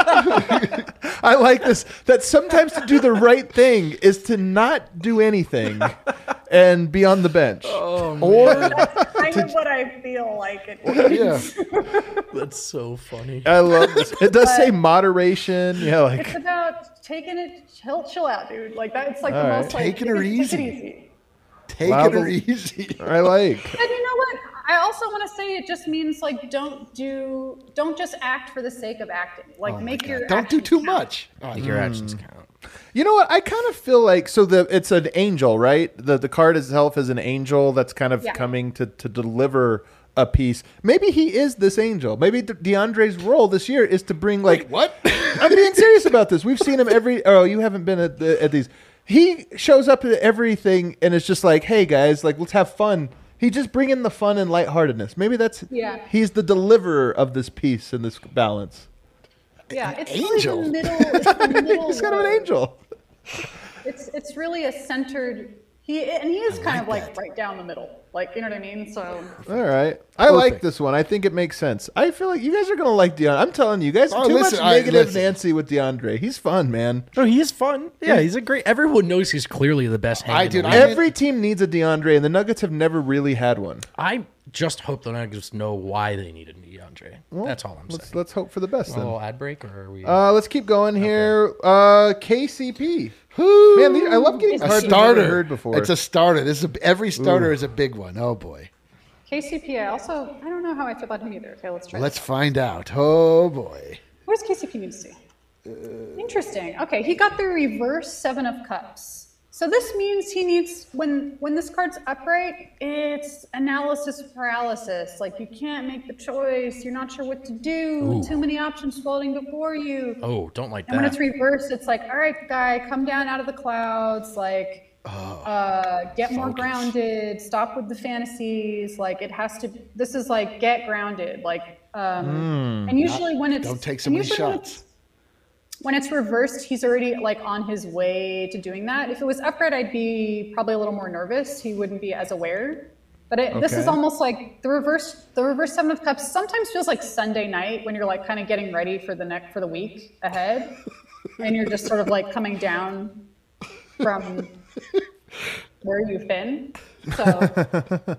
S1: I like this that sometimes to do the right thing is to not do anything and be on the bench.
S2: Oh.
S1: or
S4: kind of what I feel like. It
S2: Yeah.
S3: That's so funny.
S1: I love this. It does say moderation. Yeah, like
S4: It's about taking it, chill, chill out, dude. Like that. It's like
S1: All
S4: the
S1: right.
S4: most like
S2: Taking her
S4: take it-
S2: easy.
S4: Take it easy.
S2: Take
S1: Wow,
S2: it
S1: the-
S2: or easy.
S1: I like.
S4: And you know what? I also want to say it just means like don't do, don't just act for the sake of acting. Like make your
S2: Oh Don't do
S4: actions
S2: too
S4: count.
S2: much.
S3: Your actions count.
S1: You know what? I kind of feel like so the it's an angel, right? The the card itself is an angel that's kind of
S4: Yeah.
S1: coming to to deliver a piece. Maybe he is this angel. Maybe De- DeAndre's role this year is to bring like
S2: What?
S1: I'm being serious about this. We've seen him every. Oh, you haven't been at the, at these. He shows up at everything and it's just like, hey guys, like let's have fun. He just bring in the fun and lightheartedness. Maybe that's
S4: Yeah.
S1: He's the deliverer of this piece and this balance.
S4: Yeah, it's
S2: angel.
S4: really the middle. It's the middle
S1: He's kind of an
S4: road.
S1: angel.
S4: It's it's really a centered. He and he is kind of like right down the middle. Like you know what I mean? So
S1: All right, I like this one. I think it makes sense. I feel like you guys are gonna like Deion. I'm telling you, guys,
S2: Oh,
S1: too
S2: listen,
S1: much
S2: I-
S1: negative
S2: listen.
S1: Nancy with DeAndre. He's fun, man.
S3: No, he is fun. Yeah, he's a great. Everyone knows he's clearly the best. hand
S2: I
S3: in the
S2: did-
S3: league.
S2: I mean-
S1: Every team needs a DeAndre, and the Nuggets have never really had one.
S3: I just hope the Nuggets know why they needed DeAndre. That's all I'm
S1: Let's
S3: saying.
S1: let's hope for the best
S3: A
S1: then.
S3: little ad break, or are we?
S1: Uh, let's keep going here. Uh, KCP.
S2: Who?
S1: Man, these, I love getting
S2: a
S1: cards I've never
S2: starter.
S1: heard before.
S2: It's a starter. This is a, every starter is a big one. Oh boy.
S4: KCP. I also I don't know how I feel about him either. Okay, let's try.
S2: Let's find out. Oh boy.
S4: What does KCP mean to you? Interesting. Okay, he got the reverse seven of cups. So this means he needs when when this card's upright, it's analysis paralysis. Like you can't make the choice. You're not sure what to do.
S3: Ooh.
S4: Too many options floating before you.
S3: oh, don't like
S4: And when
S3: that.
S4: it's reversed, it's like, all right, guy, come down out of the clouds, like,
S2: Oh,
S4: uh, get more grounded, stop with the fantasies. Like, it has to. This is like get grounded, like. Um, and usually when it's
S2: Mm, Don't take so
S4: and
S2: many
S4: usually when it's-
S2: shots.
S4: When it's reversed, he's already like on his way to doing that. If it was upright, I'd be probably a little more nervous. He wouldn't be as aware. But it, this is
S1: Okay.
S4: almost like the reverse. The reverse seven of cups sometimes feels like Sunday night when you're like kind of getting ready for the neck for the week ahead, and you're just sort of like coming down from where you've been. So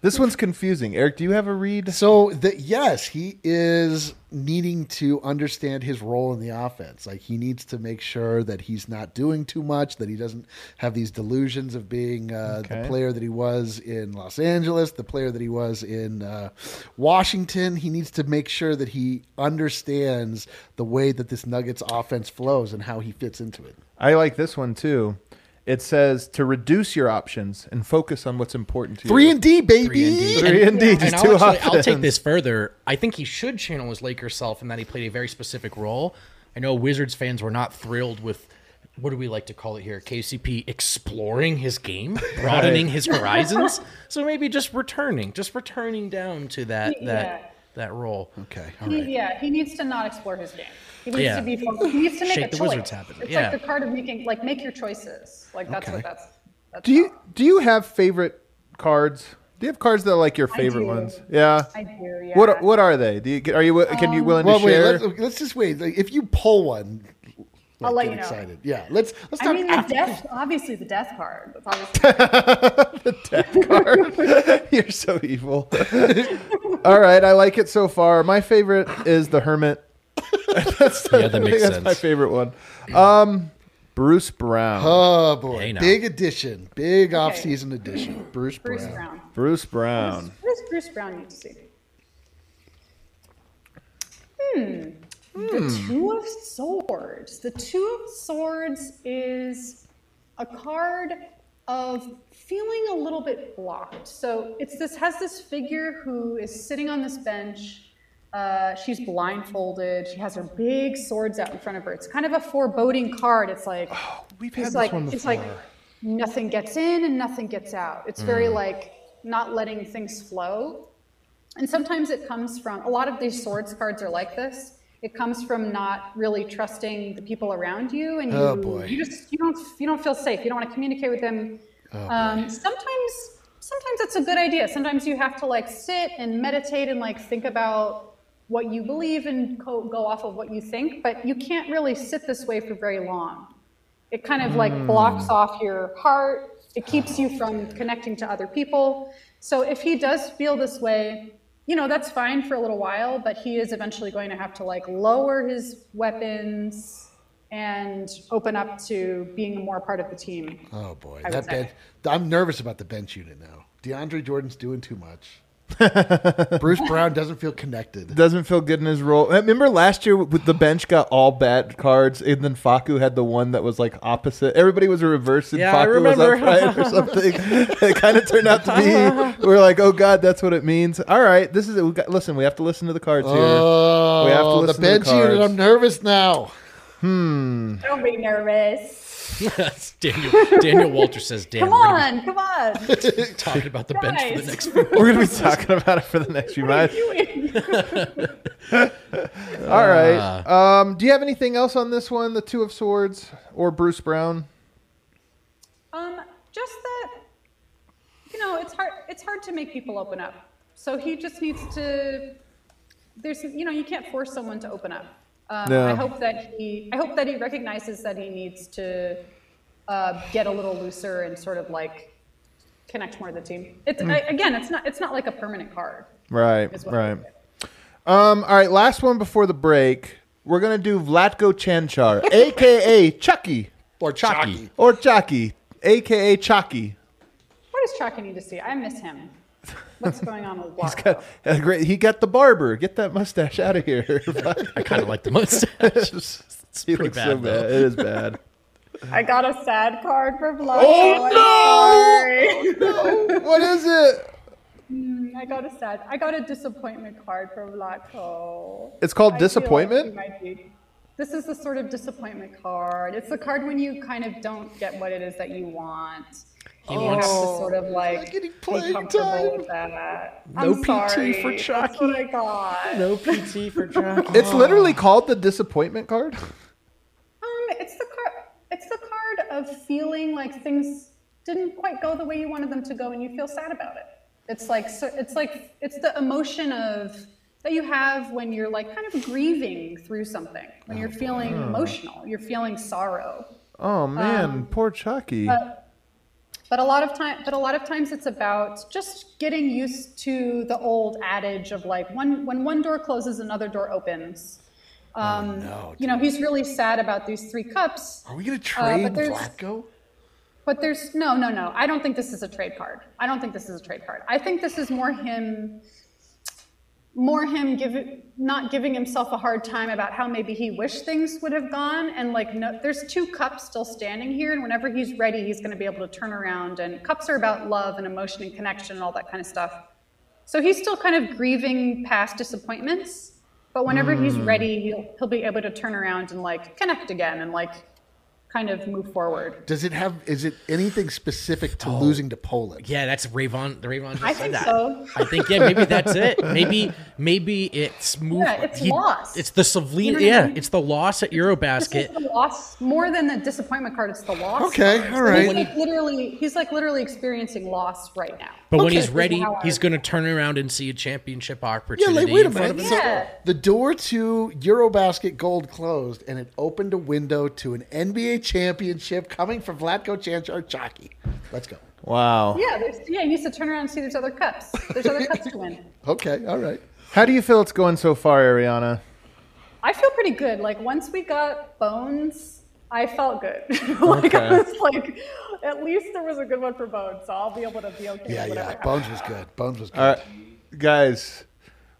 S1: this one's confusing. Eric, do you have a read?
S2: So the, yes, he is needing to understand his role in the offense. Like he needs to make sure that he's not doing too much, that he doesn't have these delusions of being uh, the
S1: Okay.
S2: player that he was in Los Angeles, the player that he was in uh, Washington. He needs to make sure that he understands the way that this Nuggets offense flows and how he fits into it.
S1: I like this one too. It says to reduce your options and focus on what's important to
S2: Three
S1: you.
S2: and D, baby.
S1: Three and D, just
S3: and
S1: two
S3: I'll, actually, I'll
S1: options.
S3: take this further. I think he should channel his Lakers self in that he played a very specific role. I know Wizards fans were not thrilled with what do we like to call it here? KCP exploring his game, broadening his horizons. so maybe just returning, just returning down to that
S4: Yeah.
S3: that that role.
S2: Okay. all
S4: he,
S2: right.
S4: yeah, he needs to not explore his game. He needs
S3: Yeah.
S4: to be. focused. He needs to make
S3: Shake
S4: a
S3: the
S4: choice.
S3: wizards happen.
S4: It's
S3: Yeah.
S4: like the card of making like make your choices. Like that's
S2: Okay.
S4: what that's. that's
S1: Do you do you have favorite cards? Do you have cards that are like your favorite
S4: do.
S1: ones? Yeah.
S4: I do. Yeah. Um,
S1: What what are they? Do you are you can you willing
S2: Well,
S1: to
S2: wait.
S1: share?
S2: Let's, let's just wait. Like, if you pull one,
S4: I'll let
S2: get
S4: you know.
S2: excited. Yeah. Let's let's
S4: I
S2: talk
S4: mean, the
S2: after.
S4: death. Obviously, the death card. That's obviously
S1: You're so evil. All right, I like it so far. My favorite is the hermit. that's,
S3: Yeah, that
S1: I think
S3: makes
S1: that's
S3: sense.
S1: my favorite one. Um, Bruce Brown.
S2: Oh boy,
S3: now.
S2: big addition, big off-season addition. Bruce,
S4: Bruce
S2: Brown.
S4: Brown.
S1: Bruce Brown.
S4: What does Bruce Brown need to see? Hmm. The Two of Swords. The Two of Swords is a card of feeling a little bit blocked. So it's this has this figure who is sitting on this bench. Uh, she's blindfolded. She has her big swords out in front of her. It's kind of a foreboding card. It's like
S1: We've
S4: it's like it's like nothing gets in and nothing gets out. It's very
S2: Mm.
S4: like not letting things flow. And sometimes it comes from a lot of these swords cards are like this. It comes from not really trusting the people around you, and you,
S2: Oh, boy.
S4: you just you don't you don't feel safe. You don't want to communicate with them.
S2: Oh,
S4: um, sometimes, sometimes it's a good idea. Sometimes you have to like sit and meditate and like think about what you believe and co- go off of what you think. But you can't really sit this way for very long. It kind of like blocks off your heart. It keeps you from connecting to other people. So if he does feel this way, you know, that's fine for a little while, but he is eventually going to have to like lower his weapons and open up to being more part of the team.
S2: Oh boy,
S4: I
S2: that
S4: would say.
S2: bench. I'm nervous about the bench unit now. DeAndre Jordan's doing too much. Bruce Brown doesn't feel connected.
S1: Doesn't feel good in his role. I Remember last year with the bench got all bad cards, and then Faku had the one that was like opposite. Everybody was a reverse, and
S3: Yeah, I
S1: Faku was
S3: remember.
S1: upright or something. it kind of turned out to be. We're like, oh god, that's what it means. All right, this is it. We got, listen, we have to listen to the cards here. We have to
S2: Oh, the
S1: listen to the
S2: bench unit.
S1: cards.
S2: I'm nervous now.
S4: Don't be nervous.
S3: Yes, Daniel, Daniel Walter says, damn,
S4: Come
S3: we're gonna
S4: on, come on.
S3: be talking about the bench for
S4: Guys.
S3: the next few
S1: We're gonna be talking about it for the next few months.
S2: Ah.
S1: All right. Um, do you have anything else on this one, the Two of Swords or Bruce Brown?
S4: Um, just that you know, it's hard it's hard to make people open up. So he just needs to there's you know, you can't force someone to open up. Um,
S1: No.
S4: I hope that he I hope that he recognizes that he needs to uh, get a little looser and sort of like connect more to the team. It's I, again, it's not it's not like a permanent card.
S1: Right,
S4: Is what I
S1: right. Um, all right, last one before the break. We're gonna do Vlatko Chanchar, aka Chucky
S2: Or Chucky.
S1: or Chucky, aka Chucky.
S4: What does Chaka need to see? I miss him. What's going on with Blanco?
S1: Uh, great, he got the barber. Get that mustache out of here.
S3: I kind of like the mustache.
S1: he looks so
S3: bad,
S1: bad.
S3: though.
S1: It is bad.
S4: I got a sad card for Blanco.
S1: what is it?
S4: I got a sad. I got a disappointment card for Vlatko.
S1: It's called
S4: I feel like
S1: disappointment?
S4: he might be- This is the sort of disappointment card. It's the card when you kind of don't get what it is that you want. He you have to sort of like
S2: getting
S4: be
S2: playing
S4: comfortable
S2: time.
S4: with that.
S3: No
S4: I'm
S3: PT
S4: sorry.
S3: for
S4: That's what I got.
S3: no PT for Chucky.
S1: It's literally called the disappointment card.
S4: Um, it's the card. It's the card of feeling like things didn't quite go the way you wanted them to go, and you feel sad about it. It's like so, it's like it's the emotion of that you have when you're like kind of grieving through something, when you're feeling
S2: Ah.
S4: emotional, you're feeling sorrow.
S1: Oh man, poor Chucky.
S4: But a lot of time, but a lot of times it's about just getting used to the old adage of like one when one door closes, another door opens.
S2: Oh,
S4: Um, you know, he's really sad about these three cups.
S2: Are we gonna trade
S4: Uh, there's-
S2: Vlatko?
S4: But there's no, no, no. I don't think this is a trade card. I don't think this is a trade card. I think this is more him, more him giving, not giving himself a hard time about how maybe he wished things would have gone. And like, no, there's two cups still standing here, and whenever he's ready, he's going to be able to turn around. And cups are about love and emotion and connection and all that kind of stuff. So he's still kind of grieving past disappointments. But whenever he's
S3: Hmm.
S4: ready, he'll he'll be able to turn around and like connect again and like kind of move forward.
S2: Does it have? Is it anything specific to
S1: Oh.
S2: losing to Poland?
S3: Yeah, that's Ravon. The Ravon. Just
S4: I
S3: said
S4: think
S3: that.
S4: so.
S3: I think yeah, maybe that's it. Maybe maybe it's move.
S4: Yeah, it's loss.
S3: It's the Savlin.
S4: You know what I
S3: yeah,
S4: mean?
S3: it's the loss at
S4: This
S3: Eurobasket.
S4: is the loss more than the disappointment card. It's the loss.
S2: Okay,
S4: card.
S2: all right.
S4: He's like literally, he's like literally experiencing loss right now.
S3: But when
S2: Okay.
S3: he's ready,
S4: Wow.
S3: he's going to turn around and see a championship
S2: Yeah,
S3: opportunity.
S2: like wait a
S3: in front of
S2: minute.
S3: him.
S2: So
S4: Yeah.
S2: the door to Eurobasket Gold closed, and it opened a window to an NBA championship coming from Vlatko Chanchar Chucky. Let's go.
S1: wow.
S4: Yeah, there's, yeah. He needs to turn around and see there's other cups. There's other cups to win.
S2: Okay, all right.
S1: How do you feel it's going so far, Ariana?
S4: I feel pretty good. Like once we got bones, I felt good. like
S1: Okay.
S4: I was like, at least there was a good one for bones, so I'll be able to be okay.
S2: Yeah,
S4: with whatever
S2: yeah.
S4: happens.
S2: Bones was good. Bones was good.
S1: All right, Uh, guys,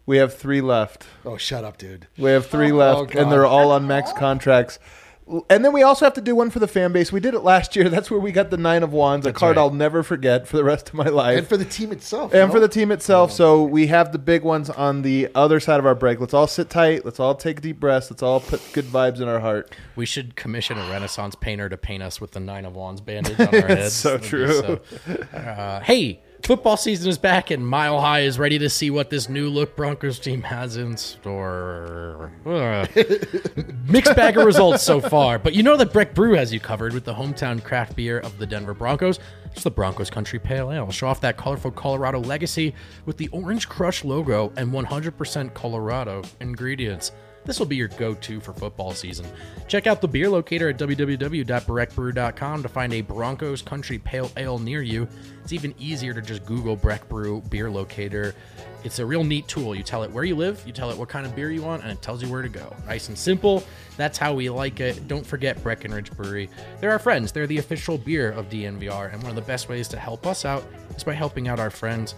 S1: we have three left.
S2: Oh, shut up, dude.
S1: We have three left, and
S2: God.
S1: they're all on max contracts. L- And then we also have to do one for the fan base. We did it last year. That's where we got the Nine of Wands, a card
S3: right.
S1: I'll never forget for the Oh. rest of my life.
S2: And for the team itself.
S1: And
S2: no?
S1: for the team itself, so we have the big ones on the other side of our break. Let's all sit tight. Let's all take deep breaths. Let's all put good vibes in our heart.
S3: We should commission a Renaissance painter to paint us with the Nine of Wands bandage on our heads.
S1: so
S3: That'd be
S1: true.
S3: so- uh, hey, Football season is back, and Mile High is ready to see what this new look Broncos team has in store. Ugh. Mixed bag of results so far, but you know that Breck Brew has you covered with the hometown craft beer of the Denver Broncos. It's the Broncos Country Pale Ale. Show off that colorful Colorado legacy with the Orange Crush logo and 100% Colorado ingredients. This will be your go to for football season. Check out the beer locator at www.breckbrew.com to find a Broncos Country Pale Ale near you. It's even easier to just Google Breck Brew beer locator. It's a real neat tool. You tell it where you live, you tell it what kind of beer you want, and it tells you where to go. Nice and simple. That's how we like it. Don't forget Breckenridge Brewery. They're our friends. They're the official beer of DNVR, and one of the best ways to help us out is by helping out our friends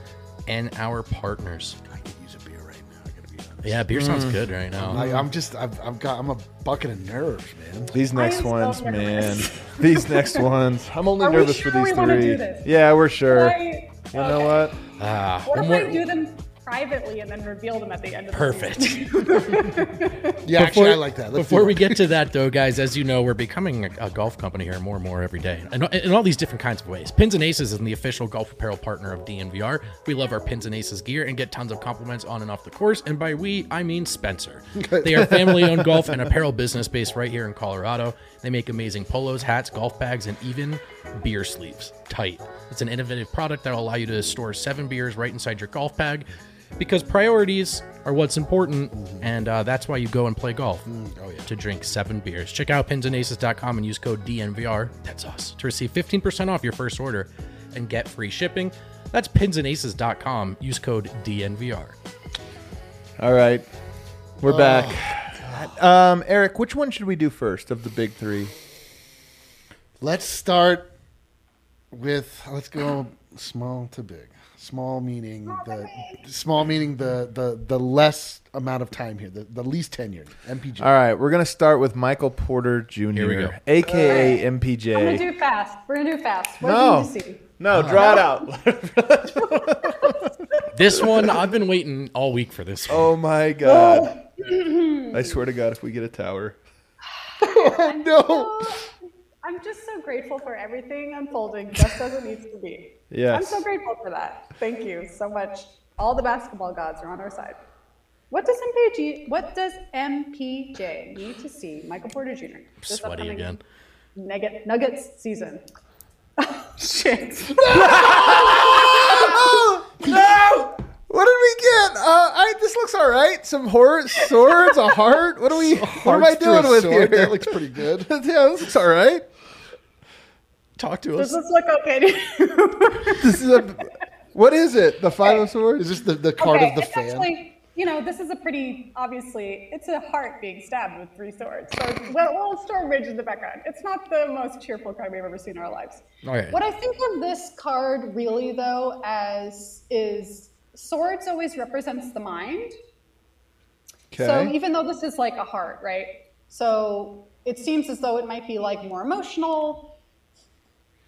S3: and our partners.
S2: I could use a beer right now. I gotta be honest.
S3: Yeah, beer sounds good right now.
S2: I, I'm just, I've, I've got, I'm a bucket of nerves, man.
S1: These next
S4: am so
S1: ones, man.
S4: nervous.
S1: These next ones. I'm only
S4: Are we
S1: nervous
S4: sure
S1: for these
S4: we wanna
S1: three.
S4: do this?
S1: Yeah, we're sure.
S4: I- uh,
S1: you
S4: okay.
S1: know what?
S3: Ah,
S4: What if
S3: one
S4: I
S3: more-
S4: do them privately and then reveal them at the end of the
S3: Perfect.
S2: Yeah, actually, I like that. Let's
S3: before
S2: do
S3: we
S2: it.
S3: get to that, though, guys, as you know, we're becoming a, a golf company here more and more every day, and in all these different kinds of ways. Pins and Aces is the official golf apparel partner of DNVR. We love our Pins and Aces gear and get tons of compliments on and off the course. And by we, I mean Spencer. They are family-owned golf and apparel business based right here in Colorado. They make amazing polos, hats, golf bags, and even beer sleeves. Tight. It's an innovative product that'll allow you to store seven beers right inside your golf bag because priorities are what's important, and uh, that's why you go and play golf to drink seven beers. Check out pinsandaces.com and use code DNVR, that's us, to receive 15% off your first order and get free shipping. That's pinsandaces.com. Use code DNVR.
S1: All right, we're back. Um, Eric, which one should we do first of the big three?
S2: Let's start with let's go small to big. Small meaning the small meaning the the the less amount of time here, the, the least tenured MPG.
S1: All right, we're gonna start with Michael Porter Jr.,
S3: we go.
S1: aka
S4: I'm
S1: MPJ.
S4: gonna do fast. We're gonna do fast. What
S1: no,
S4: did you see?
S1: no, draw it out.
S3: This one, I've been waiting all week for this one.
S1: Oh my god! I swear to God, if we get a tower,
S4: No. I'm just so grateful for everything unfolding just as it needs to be.
S1: Yes.
S4: I'm so grateful for that. Thank you so much. All the basketball gods are on our side. What does MPJ what does MPJ need to see Michael Porter Jr. this
S3: Sweaty
S4: upcoming
S3: again.
S4: Nugget, nuggets season. Shit.
S1: no! What did we get? Uh, I this looks all right. Some horror swords, a heart. What do we? what am I
S2: Hearts through a
S1: doing with
S2: sword,
S1: here?
S2: That looks pretty good.
S1: yeah, this looks all right. Talk to
S4: Does
S1: us.
S4: this look okay to you?
S1: This is a. What is it? The five of
S2: Is
S1: swords.
S2: this the, the card
S4: okay,
S2: of the
S4: it's
S2: fan?
S4: actually, you know, this is a pretty obviously. It's a heart being stabbed with three swords. So it's, well, well, it's Storm Ridge in the background. It's not the most cheerful card we've ever seen in our lives.
S2: Oh,
S3: All right.
S4: What I think of this card really though as is swords always represents the mind. So even though this is like a heart, right? So it seems as though it might be like more emotional.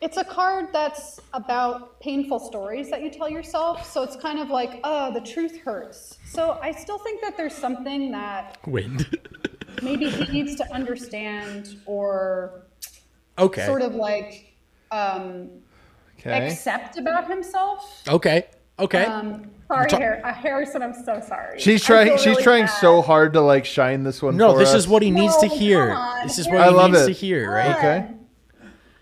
S4: It's a card that's about painful stories that you tell yourself. So it's kind of like, oh, the truth hurts. So I still think that there's something that
S3: Wind.
S4: maybe he needs to understand or
S3: okay.
S4: sort of like um,
S1: okay.
S4: accept about himself.
S3: Okay. Okay.
S4: Um, sorry,
S3: ta-
S4: Har- uh, Harrison, I'm so sorry.
S1: She's
S4: I
S1: trying.
S4: feel
S1: She's
S4: really
S1: trying
S4: bad.
S1: so hard to like shine this one.
S3: no,
S1: for
S3: this
S1: us.
S3: is what he needs to
S4: No,
S3: hear.
S4: come on.
S3: This is
S4: I
S3: what he
S1: love
S3: needs
S1: it.
S3: to hear, right?
S1: Okay.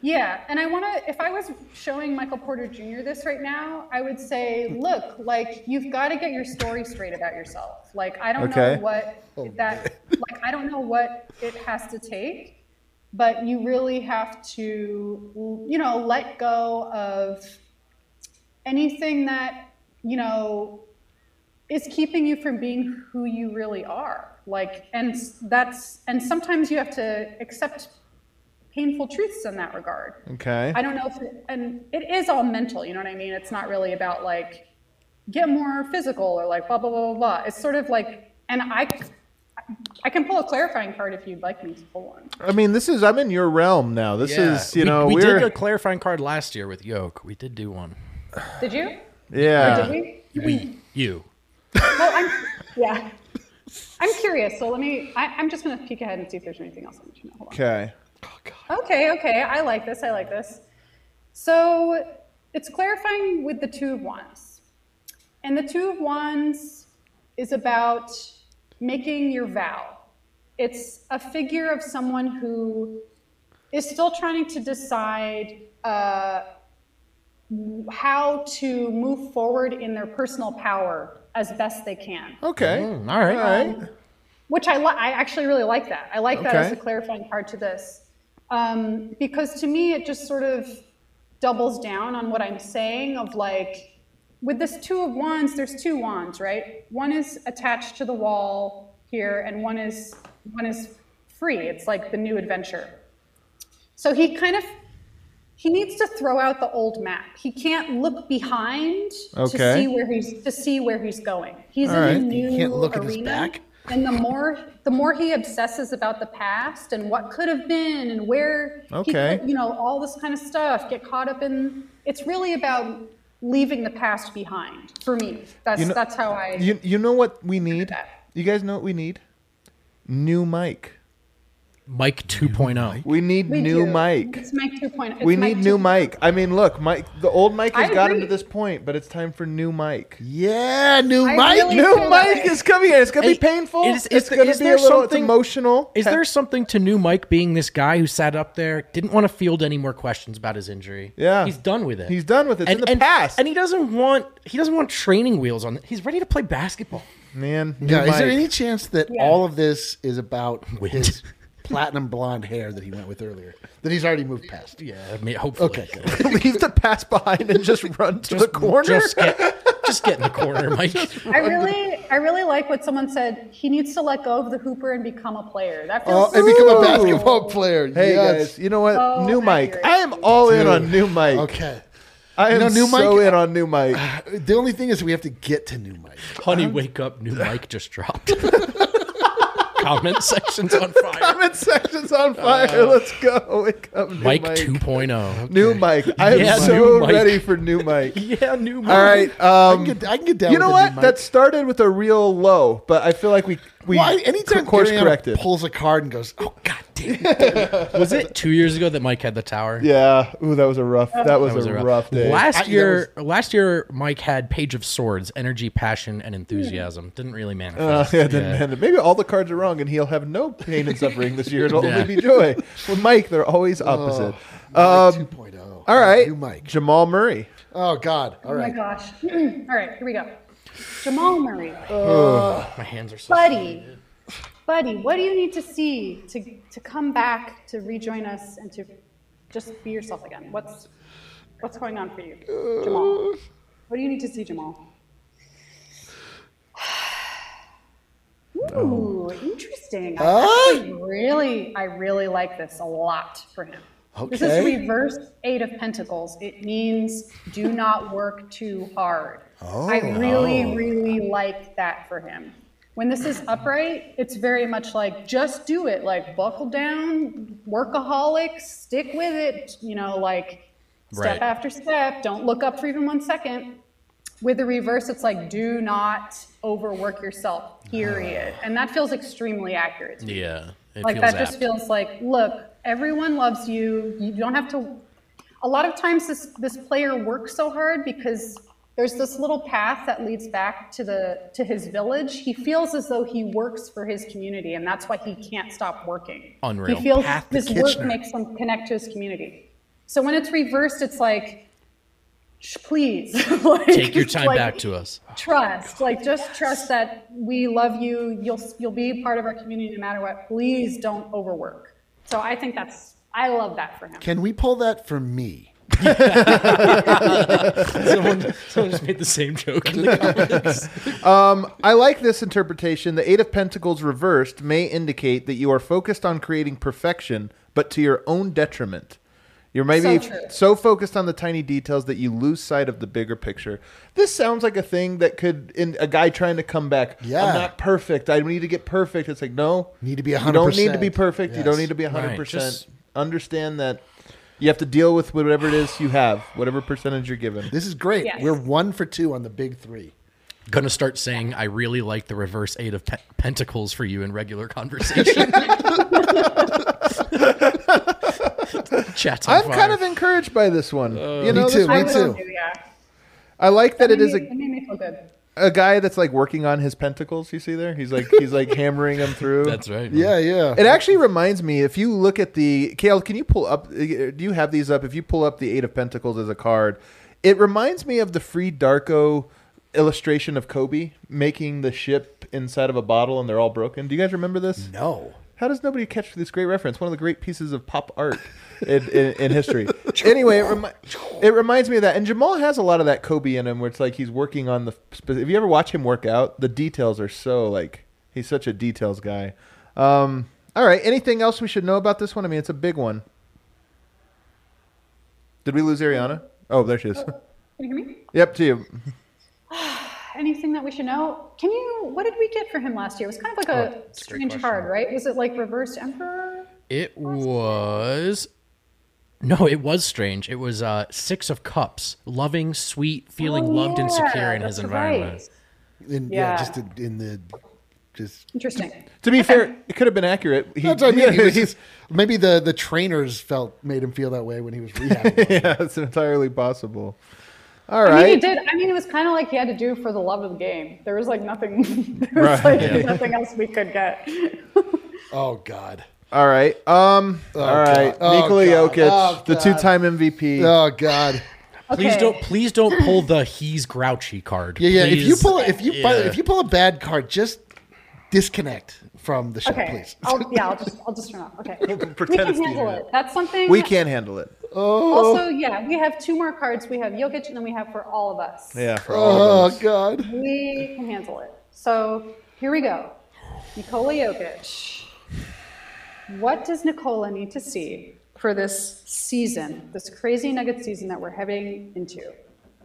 S4: Yeah, and I want to. If I was showing Michael Porter Jr. this right now, I would say, look, like you've got to get your story straight about yourself. Like I don't
S1: Okay.
S4: know what that. Like I don't know what it has to take, but you really have to, you know, let go of anything that you know is keeping you from being who you really are. Like, and that's and sometimes you have to accept painful truths in that regard.
S1: Okay.
S4: I don't know if, it, and it is all mental, you know what I mean? It's not really about like, get more physical or like blah, blah, blah, blah, blah. It's sort of like, and I, I can pull a clarifying card if you'd like me to pull one.
S1: I mean, this is. I'm in your realm now. This
S3: Yeah.
S1: is. You
S3: we,
S1: know.
S3: we
S1: are
S3: did a clarifying card last year with Yoke. We did do one.
S4: Did you?
S1: yeah.
S4: Did we?
S3: We, you.
S4: Well, I'm, yeah. I'm curious, so let me, I, I'm just gonna peek ahead and see if there's anything else I need to know. Hold on.
S1: Okay.
S4: Okay, okay. I like this. I like this. So It's clarifying with the Two of Wands. And the Two of Wands is about making your vow. It's a figure of someone who is still trying to decide uh, how to move forward in their personal power as best they can.
S1: Okay.
S3: Mm, All right.
S1: All right.
S4: Which I, li- I actually really like that. I like that as
S1: Okay.
S4: a clarifying card to this. Um, because to me, it just sort of doubles down on what I'm saying of like, with this two of wands, there's two wands, right? One is attached to the wall here, and one is one is free. It's like the new adventure. So he kind of he needs to throw out the old map. He can't look behind
S1: Okay.
S4: to see where he's to see where he's going. He's
S1: All
S4: in
S1: right.
S4: a new
S2: can't look at
S4: arena.
S2: his back?
S4: And the more the more he obsesses about the past and what could have been and where he
S1: Okay.
S4: could- you know all this kind of stuff, get caught up in it's really about leaving the past behind for me. That's
S1: know-
S4: that's how I
S1: You, you know what we need? You guys know what we need? New mic.
S3: Mike oh. 2.0.
S1: We need
S4: we
S1: new
S4: do.
S1: mic.
S4: It's Mike 2.0. It's
S1: we need new
S4: 2.0.
S1: mic. I mean, look, mic. The old mic has
S4: I
S1: got him to
S4: agree.
S1: this point, but it's time for new mic.
S2: Yeah, new
S4: I
S2: mic.
S4: really
S1: New
S4: feel
S1: mic
S4: like-
S1: is coming here. It's gonna be
S3: Hey,
S1: painful.
S3: is- is
S1: it's
S3: the-
S1: gonna
S3: is
S1: be a
S3: there
S1: little. It's
S3: something-
S1: emotional.
S3: Is there something to new Mike being this guy who sat up there, didn't want to field any more questions about his injury?
S1: Yeah.
S3: he's done with it.
S1: He's done with it. It's in the past.
S3: and he doesn't want he doesn't want training wheels on. He's ready to play basketball.
S1: man? New
S2: Yeah, is there
S1: mic.
S2: any chance that all of this is about
S3: Wait.
S2: his platinum blonde hair that he went with earlier? That he's already moved past.
S3: Yeah, I mean, hopefully.
S2: Okay, good.
S1: leave the past behind and just run to the corner?
S3: Just get, just get in the corner, Mike.
S4: I really, I really like what someone said. He needs to let go of the hooper and become a player. That
S2: Oh,
S4: feels.
S2: and become a basketball player.
S1: Hey
S2: yes.
S1: guys, you know what?
S4: So
S1: new mic.
S4: accurate.
S1: I am all in
S2: Dude.
S1: on new mic.
S2: Okay.
S1: I am
S2: know, new
S1: so
S2: mic-
S1: in on new mic.
S2: The only thing is we have to get to new mic.
S3: Honey, wake up! New Mike just dropped. Comment sections on fire.
S1: Comment section's on
S2: Uh,
S1: fire. Let's go. Wake up, new
S3: Mike oh.
S1: mic.
S3: 2.0.
S1: New mic. I am
S3: Yeah,
S1: so
S3: new mic.
S1: ready for new mic.
S3: Yeah, new Mike.
S1: All right. Um,
S2: I, can get, I can get down.
S1: you know
S2: with the new
S1: what?
S2: mic.
S1: That started with a real low, but I feel like we we
S2: Why? Anytime
S1: course
S2: Ariana
S1: corrected.
S2: pulls a card and goes, "Oh God damn!" it."
S3: Was it two years ago that Mike had the tower?
S1: Yeah. Ooh, that was a rough. That was, a, rough, day.
S3: Last
S2: I- that
S3: year, last year Mike had Page of Swords, energy, passion, and enthusiasm. Didn't really manifest.
S1: Oh, Yeah, then-
S3: Yeah.
S1: then maybe all the cards are wrong, and he'll have no pain and suffering this year. It'll only be joy. With Mike, they're always opposite. um,
S2: 2.0.
S1: all right,
S2: new mic.
S1: Jamal Murray.
S2: Oh God! All
S4: Oh my
S2: right.
S4: gosh! All right, here we go. Jamal Murray,
S3: My hands are so.
S4: buddy, buddy, what do you need to see to to come back to rejoin us and to just be yourself again? What's what's going on for you, Jamal? What do you need to see, Jamal? Ooh, interesting. I actually really, I really like this a lot for him. This is
S2: Okay.
S4: reverse eight of pentacles. It means do not work too hard. I really, really like that for him. When this is upright, it's very much like just do it, like buckle down, workaholic, stick with it, you know, like step
S3: Right.
S4: after step, don't look up for even one second. With the reverse, it's like do not overwork yourself, period. And that feels extremely accurate. to me.
S3: Yeah, it
S4: Like
S3: feels
S4: that just
S3: apt.
S4: feels like, look, everyone loves you. You don't have to. A lot of times, this this player works so hard because there's this little path that leads back to the to his village. He feels as though he works for his community, and that's why he can't stop working.
S3: Unreal.
S4: He feels
S3: Path to
S4: this work
S3: Kitchener.
S4: makes him connect to his community. So when it's reversed, it's like, "Shh, please, like,
S3: Take your time
S4: like,
S3: back to us.
S4: trust like just trust that we love you you'll you'll be part of our community no matter what please don't overwork so i think that's i love that for him
S2: Can we pull that for me?
S3: Someone, someone just made the same joke in the comments.
S1: I like this interpretation. The Eight of Pentacles reversed may indicate that you are focused on creating perfection, but to your own detriment. You're maybe
S4: So true.
S1: so focused on the tiny details that you lose sight of the bigger picture. This sounds like a thing that could in a guy trying to come back.
S2: Yeah.
S1: I'm not perfect. I need to get perfect. It's like no,
S2: Need to be
S1: You don't need to
S2: 100%.
S1: be perfect. You
S2: Yes.
S1: don't need to be 100.
S3: Right,
S1: percent
S3: just-
S1: Understand that you have to deal with whatever it is you have, whatever percentage you're given.
S2: This is great.
S4: Yes.
S2: We're one for two on the big three.
S3: Gonna start saying I really like the reverse eight of pe- pentacles for you in regular conversation. Chat's on
S1: I'm
S3: fire. Uh,
S1: kind of encouraged by this one. you know,
S2: me
S1: this
S2: too,
S1: one-
S4: I
S2: me
S4: will
S2: too.
S4: do, yeah.
S1: I like that it is
S4: Made-
S1: a,
S4: it made me feel good.
S1: a guy that's like working on his pentacles. You see there, he's like he's like hammering them through.
S3: That's right. man.
S2: Yeah, yeah.
S1: It actually reminds me if you look at the Kale, can you pull up? uh, Do you have these up? If you pull up the Eight of Pentacles as a card, it reminds me of the Free Darko illustration of Kobe making the ship inside of a bottle and they're all broken. Do you guys remember this?
S3: No.
S1: How does nobody catch this great reference? One of the great pieces of pop art in, in, in history. anyway, it, remi- it reminds me of that. And Jamal has a lot of that Kobe in him, where it's like he's working on the. spe- If you ever watch him work out, the details are so like he's such a details guy. Um, all right, anything else we should know about this one? I mean, it's a big one. Did we lose Ariana? Oh, there she is.
S4: Can you hear me?
S1: yep, to you.
S4: Anything that we should know? Can you? What did we get for him last year? It was kind of like
S3: Oh,
S4: a strange card, right? Was it like reverse emperor?
S3: It was. No, it was strange. It was uh, Six of Cups, loving, sweet, feeling
S4: Oh,
S3: loved and secure
S4: yeah,
S3: in his
S4: that's
S3: environment.
S4: right.
S2: In, yeah.
S4: Yeah.
S2: just in, in the just.
S4: Interesting.
S1: To be fair, it could have been accurate. He,
S2: That's what I mean. He was
S1: he's-
S2: just- maybe the the trainers felt made him feel that way when he was rehabbing.
S1: yeah, it's entirely possible. All
S4: I
S1: right.
S4: mean, he did. I mean, it was kind of like he had to do for the love of the game. There was like nothing. There was like nothing else we could get.
S2: oh God.
S1: All right. Um. all right.
S2: Oh,
S1: Nikola
S2: God.
S1: Jokic,
S2: Oh,
S1: the
S2: God.
S1: two-time MVP.
S2: Oh God.
S3: Please
S4: Okay.
S3: don't. Please don't pull the he's grouchy card.
S2: Yeah, yeah. If you
S3: Please.
S2: pull if you
S3: Yeah.
S2: if you pull a bad card, just disconnect from the show,
S4: Okay.
S2: please.
S4: I'll, yeah, I'll just I'll just turn off. Okay. we
S1: Pretend
S4: can
S1: it's the
S4: handle
S1: internet.
S4: it. That's something.
S1: We can't handle it.
S4: Also, yeah, we have two more cards. We have Jokic, and then we have for all of us.
S1: Yeah. For all
S2: Oh
S1: of us.
S2: God.
S4: We can handle it. So here we go. Nikola Jokic. What does Nikola need to see for this season, this crazy Nugget season that we're heading into?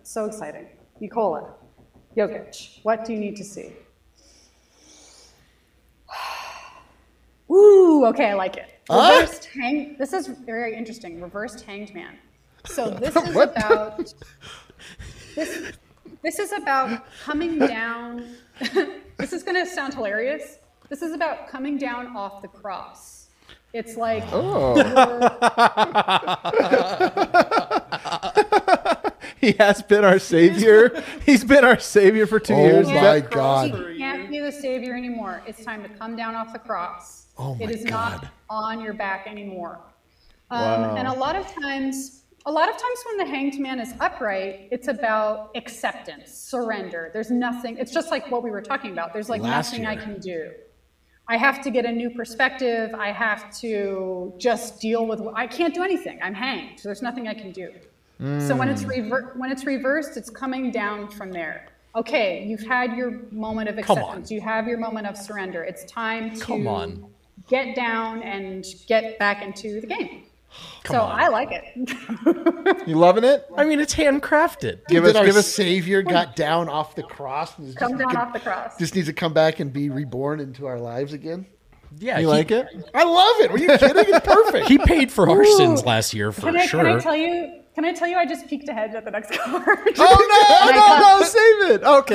S4: So exciting. Nikola, Jokic, what do you need to see? Ooh, okay, I like it. Reversed hang. This is very interesting. Reversed hanged man. So this is about. This, this is about coming down. this is going to sound hilarious. This is about coming down off the cross. It's like
S2: Oh.
S1: He has been our savior. He's been our savior for two
S2: Oh
S1: years.
S2: my
S1: That-
S2: God.
S4: You can't be the savior anymore. It's time to come down off the cross.
S2: Oh my
S4: it is
S2: God.
S4: not on your back anymore. Um, And a lot of times, a lot of times when the hanged man is upright, it's about acceptance, surrender. There's nothing. It's just like what we were talking about. There's like
S2: Last
S4: nothing I
S2: year.
S4: can do. I have to get a new perspective. I have to just deal with. I can't do anything. I'm hanged. There's nothing I can do. So when
S3: Hmm.
S4: it's rever- when it's reversed, it's coming down from there. Okay, you've had your moment of
S3: Come on.
S4: acceptance. You have your moment of surrender. It's time to
S3: Come on.
S4: get down and get back into the game.
S3: Come
S4: so
S3: on.
S4: I like it.
S1: you loving it?
S3: I mean, it's handcrafted.
S1: Give
S2: That
S1: us,
S2: our
S1: give us.
S2: savior got down off the cross and is
S4: Come
S2: just,
S4: down off the cross.
S2: just needs to come back and be reborn into our lives again.
S3: Yeah,
S1: You
S3: he,
S1: like it?
S2: I love it. Were you kidding? It's perfect.
S3: He paid for our sins last year for
S4: Can I,
S3: sure.
S4: can I tell you? Can I tell you? I just peeked ahead at the next card.
S1: Oh no! No! No! Save it.
S2: Oh.
S1: Okay.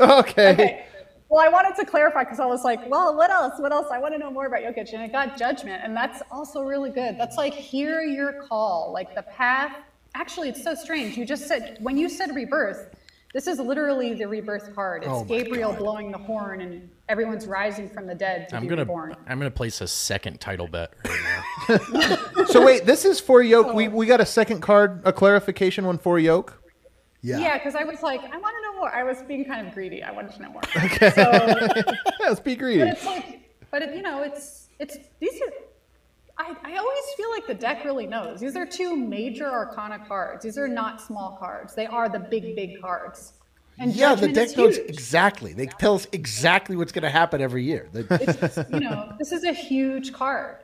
S1: Okay.
S4: Okay. Well, I wanted to clarify because I was like, well, what else? What else? I want to know more about Jokic. And it got judgment. And that's also really good. That's like, hear your call. Like the path. Actually, it's so strange. You just said, when you said rebirth, this is literally the rebirth card.
S3: Oh
S4: It's Gabriel blowing the horn and everyone's rising from the dead to
S3: I'm
S4: be
S3: gonna.
S4: reborn.
S3: I'm gonna place a second title bet. Right now.
S1: So wait, this is for Yoke.
S2: Oh.
S1: We we got a second card, a clarification one for Yoke.
S4: Yeah, because I was like, I want to know more. I was being kind of greedy. I wanted to know more. So,
S1: Let's be
S4: But
S1: greedy.
S4: it's like, but it, you know, it's it's these are. I, I always feel like the deck really knows. These are two major arcana cards. These are not small cards. They are the big, big cards. And
S2: yeah, the
S4: Judgment
S2: deck
S4: is
S2: knows
S4: huge.
S2: exactly. They tell us exactly what's going to happen every year. They-
S4: It's, you know, this is a huge card.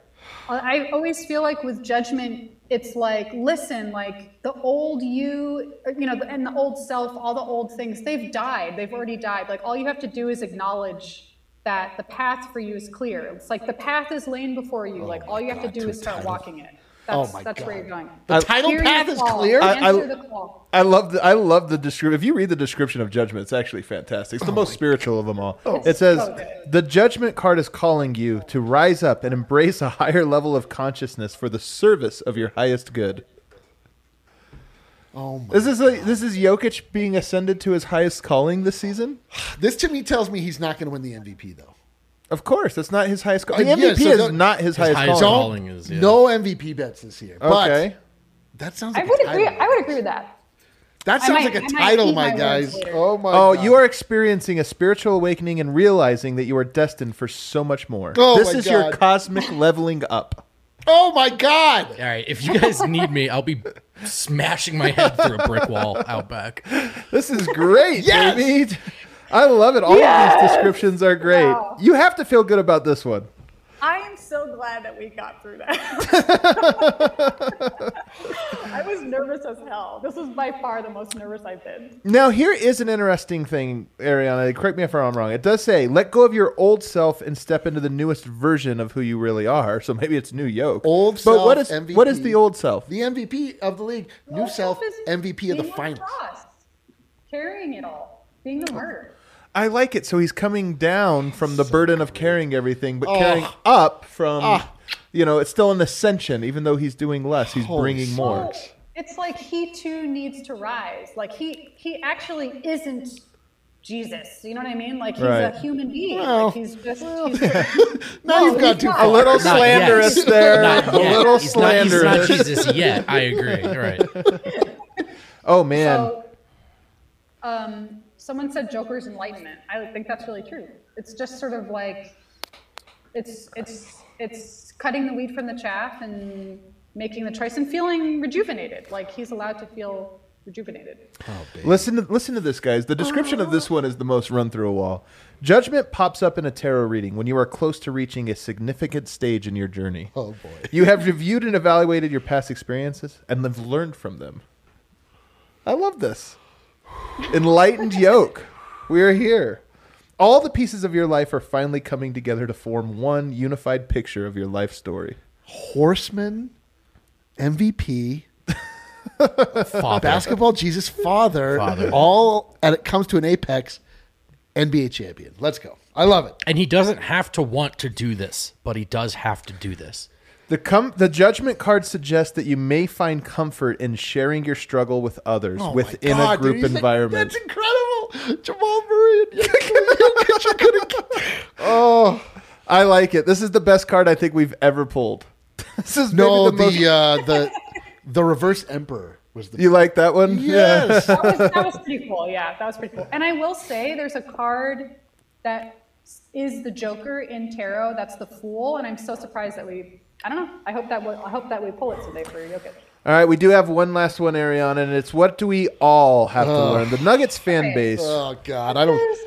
S4: I I always feel like with judgment, it's like, listen, like the old you, or, you know, and the old self, all the old things, they've died. They've already died. Like all you have to do is acknowledge that the path for you is clear. It's like the path is laid before you. like all you have to do is start walking it. That's,
S2: Oh my
S4: that's where
S2: God.
S4: you're going.
S2: The title
S4: Hear your
S2: path is
S4: call.
S2: clear?
S1: I- I-
S4: Answer the call.
S1: I love the I love the description. If you read the description of judgment, it's actually fantastic.
S2: Oh
S1: It's the most spiritual of them all. it says the judgment card is calling you to rise up and embrace a higher level of consciousness for the service of your highest good.
S2: Oh my.
S1: This is like this is Jokic being ascended to his highest calling this season.
S2: This to me tells me he's not going to win the MVP though.
S1: Of course, that's not his highest. Call.
S2: Uh,
S1: The
S2: yeah,
S1: MVP
S2: so
S1: is
S2: don't-
S1: not his, highest,
S3: highest
S1: calling.
S3: call. Calling is, yeah.
S2: No MVP bets this year.
S1: Okay,
S2: But that sounds.
S4: I
S2: Like
S4: would
S2: a
S4: agree.
S2: title.
S4: I would agree with that.
S2: That
S4: I
S2: sounds
S4: might-
S2: like
S4: I
S2: a
S4: might
S2: title,
S4: eat
S2: my,
S4: my words
S2: guys.
S4: later.
S2: Oh my.
S1: Oh,
S2: God.
S1: you are experiencing a spiritual awakening and realizing that you are destined for so much more.
S2: Oh
S1: this
S2: my
S1: is your
S2: God.
S1: cosmic leveling up.
S2: Oh my God.
S3: All right, if you guys need me, I'll be smashing my head through a brick wall out back.
S1: This is great,
S2: Yes!
S1: baby. I love it. All of these descriptions are great.
S4: Wow.
S1: You have to feel good about this one.
S5: I am so glad that we got through that.
S4: I was nervous as hell. This was by far the most nervous I've been.
S1: Now, here is an interesting thing, Ariana. Correct me if I'm wrong. It does say, let go of your old self and step into the newest version of who you really are. So maybe it's new yoke.
S2: Old
S1: but
S2: self.
S1: what is
S2: MVP.
S1: what is the old self?
S2: The MVP of the league. New
S4: Well,
S2: self.
S4: is
S2: MVP of the
S4: being on
S2: finals.
S4: Cross, carrying it all, being the martyr.
S1: I like it. So he's coming down from the burden of carrying everything,
S2: Oh.
S1: but carrying up from,
S2: Ah.
S1: you know, it's still an ascension. Even though he's doing less, he's bringing more.
S4: It's like he too needs to rise. Like he he actually isn't Jesus. You know what I mean? Like he's
S1: Right.
S4: a human being.
S2: Well,
S4: like he's just. he's
S2: Now
S4: Oh,
S2: you've gone too
S1: A
S2: far.
S1: little
S3: Not
S1: slanderous
S3: yet.
S1: there.
S3: Not
S1: A
S3: yet.
S1: little
S3: He's not-
S1: slanderous.
S3: He's not Jesus yet. I agree. All right.
S1: Oh man.
S4: So, um, someone said Joker's enlightenment. I think that's really true. It's just sort of like, it's it's it's cutting the weed from the chaff and making the choice and feeling rejuvenated. Like he's allowed to feel rejuvenated.
S1: listen to listen to this guys. The description of
S3: Oh.
S1: this one is the most run through a wall. Judgment pops up in a tarot reading when you are close to reaching a significant stage in your journey.
S2: Oh boy.
S1: You have reviewed and evaluated your past experiences and have learned from them. I love this. Enlightened yoke. We're here. All the pieces of your life are finally coming together to form one unified picture of your life story.
S2: Horseman. MVP.
S3: Father.
S2: basketball Jesus father, all and it comes to an apex NBA champion. Let's go. I love it.
S3: And he doesn't have to want to do this, but he does have to do this.
S1: The com- the judgment card suggests that you may find comfort in sharing your struggle with others
S2: Oh my
S1: within
S2: God,
S1: a group
S2: dude, he's like,
S1: environment.
S2: That's incredible. Jamal Murray and Jokic are gonna-
S1: I like it. This is the best card I think we've ever pulled. This is
S2: No,
S1: maybe
S2: the
S1: the, most-
S2: uh, the the reverse emperor was the
S1: you like that one?
S2: Yes.
S4: That was, that was pretty cool. Yeah, that was pretty cool. And I will say, there's a card that is the Joker in tarot. That's the Fool, and I'm so surprised that we. I don't know. I hope that we, I hope that we pull it today for Jokic.
S1: All right, we do have one last one, Ariana, and it's what do we all have
S2: Uh.
S1: to learn? The Nuggets fan base.
S2: Oh god, I don't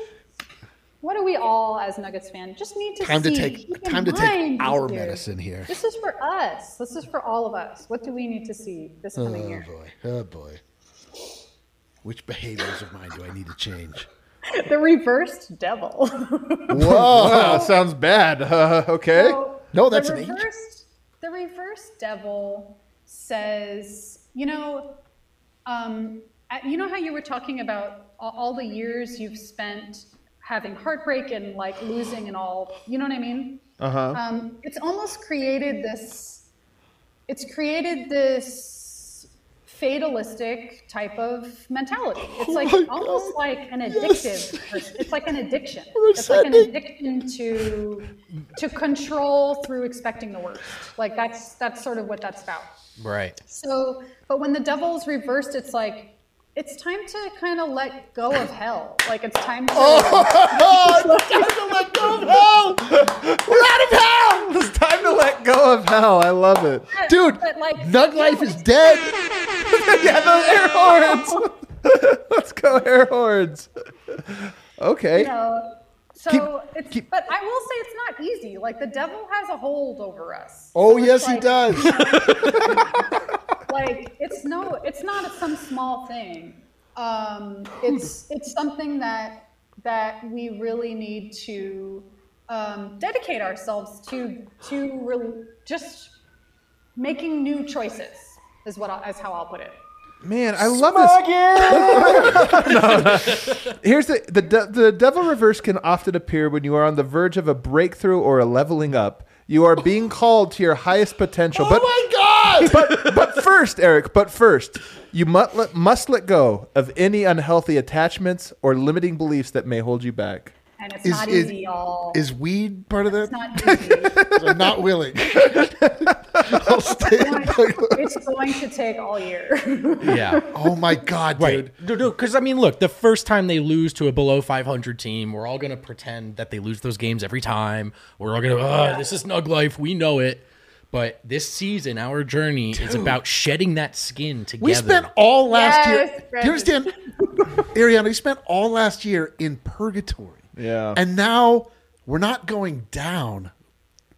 S4: What do we all, as Nuggets fan, just need to
S2: time to
S4: see?
S2: take
S4: Keep in
S2: time to take
S4: mind
S2: our
S4: here.
S2: medicine here.
S4: This is for us. This is for all of us. What do we need to see this coming
S2: Oh
S4: year?
S2: boy. Oh boy. Which behaviors of mine do I need to change?
S4: The reversed devil.
S1: Whoa, wow, Ah, sounds bad. Uh, okay.
S2: No, that's
S4: the
S2: an angel.
S4: reversed, The reverse devil says, you know, um, at- you know how you were talking about all, all the years you've spent having heartbreak and like losing and all. You know what I mean? Uh-huh. Um, it's almost created this. It's created this fatalistic type of mentality. It's like almost like an addictive. It's like an addiction. It's like an addiction to to control through expecting the worst. Like that's that's sort of what that's about.
S3: Right.
S4: So, but when the devil's reversed, it's like it's time to kind of let go of hell. Like it's time to.
S1: We're out of hell! It's time to let go of hell. I love it.
S2: Dude,
S4: But like
S2: Nug Life is dead.
S1: yeah, those air horns. Let's go, air horns. Okay.
S4: know, so
S1: Keep-
S4: it's,
S1: keep-
S4: but I will say it's not easy. Like the devil has a hold over us.
S2: Oh
S4: So it's
S2: yes, he
S4: like-
S2: does.
S4: Like it's no, it's not some small thing. Um, it's it's something that that we really need to um, dedicate ourselves to to re- just making new choices is what I'll, is how I'll put it.
S1: Man, I love this. No. Here's the the de- the devil reverse can often appear when you are on the verge of a breakthrough or a leveling up. You are being called to your highest potential. but
S2: Oh my God!
S1: but but first, Eric, but first, you must let, must let go of any unhealthy attachments or limiting beliefs that may hold you back.
S4: And it's
S2: Is-
S4: not
S2: is-
S4: easy, y'all.
S2: Is weed part of that?
S4: it's not easy.
S2: 'Cause I'm not willing. I'll stay.
S4: Oh it's going to take all year.
S3: Yeah.
S2: Oh my God, dude.
S3: Right. Dude, because I mean, look, the first time they lose to a below 500 team, we're all going to pretend that they lose those games every time. We're all going to, oh, this is snug life. We know it. But this season, our journey is about shedding that skin together.
S2: We spent all last
S4: Yes,
S2: year. Do
S4: Brendan.
S2: you understand, Ariana? We spent all last year in purgatory.
S1: Yeah.
S2: And now we're not going down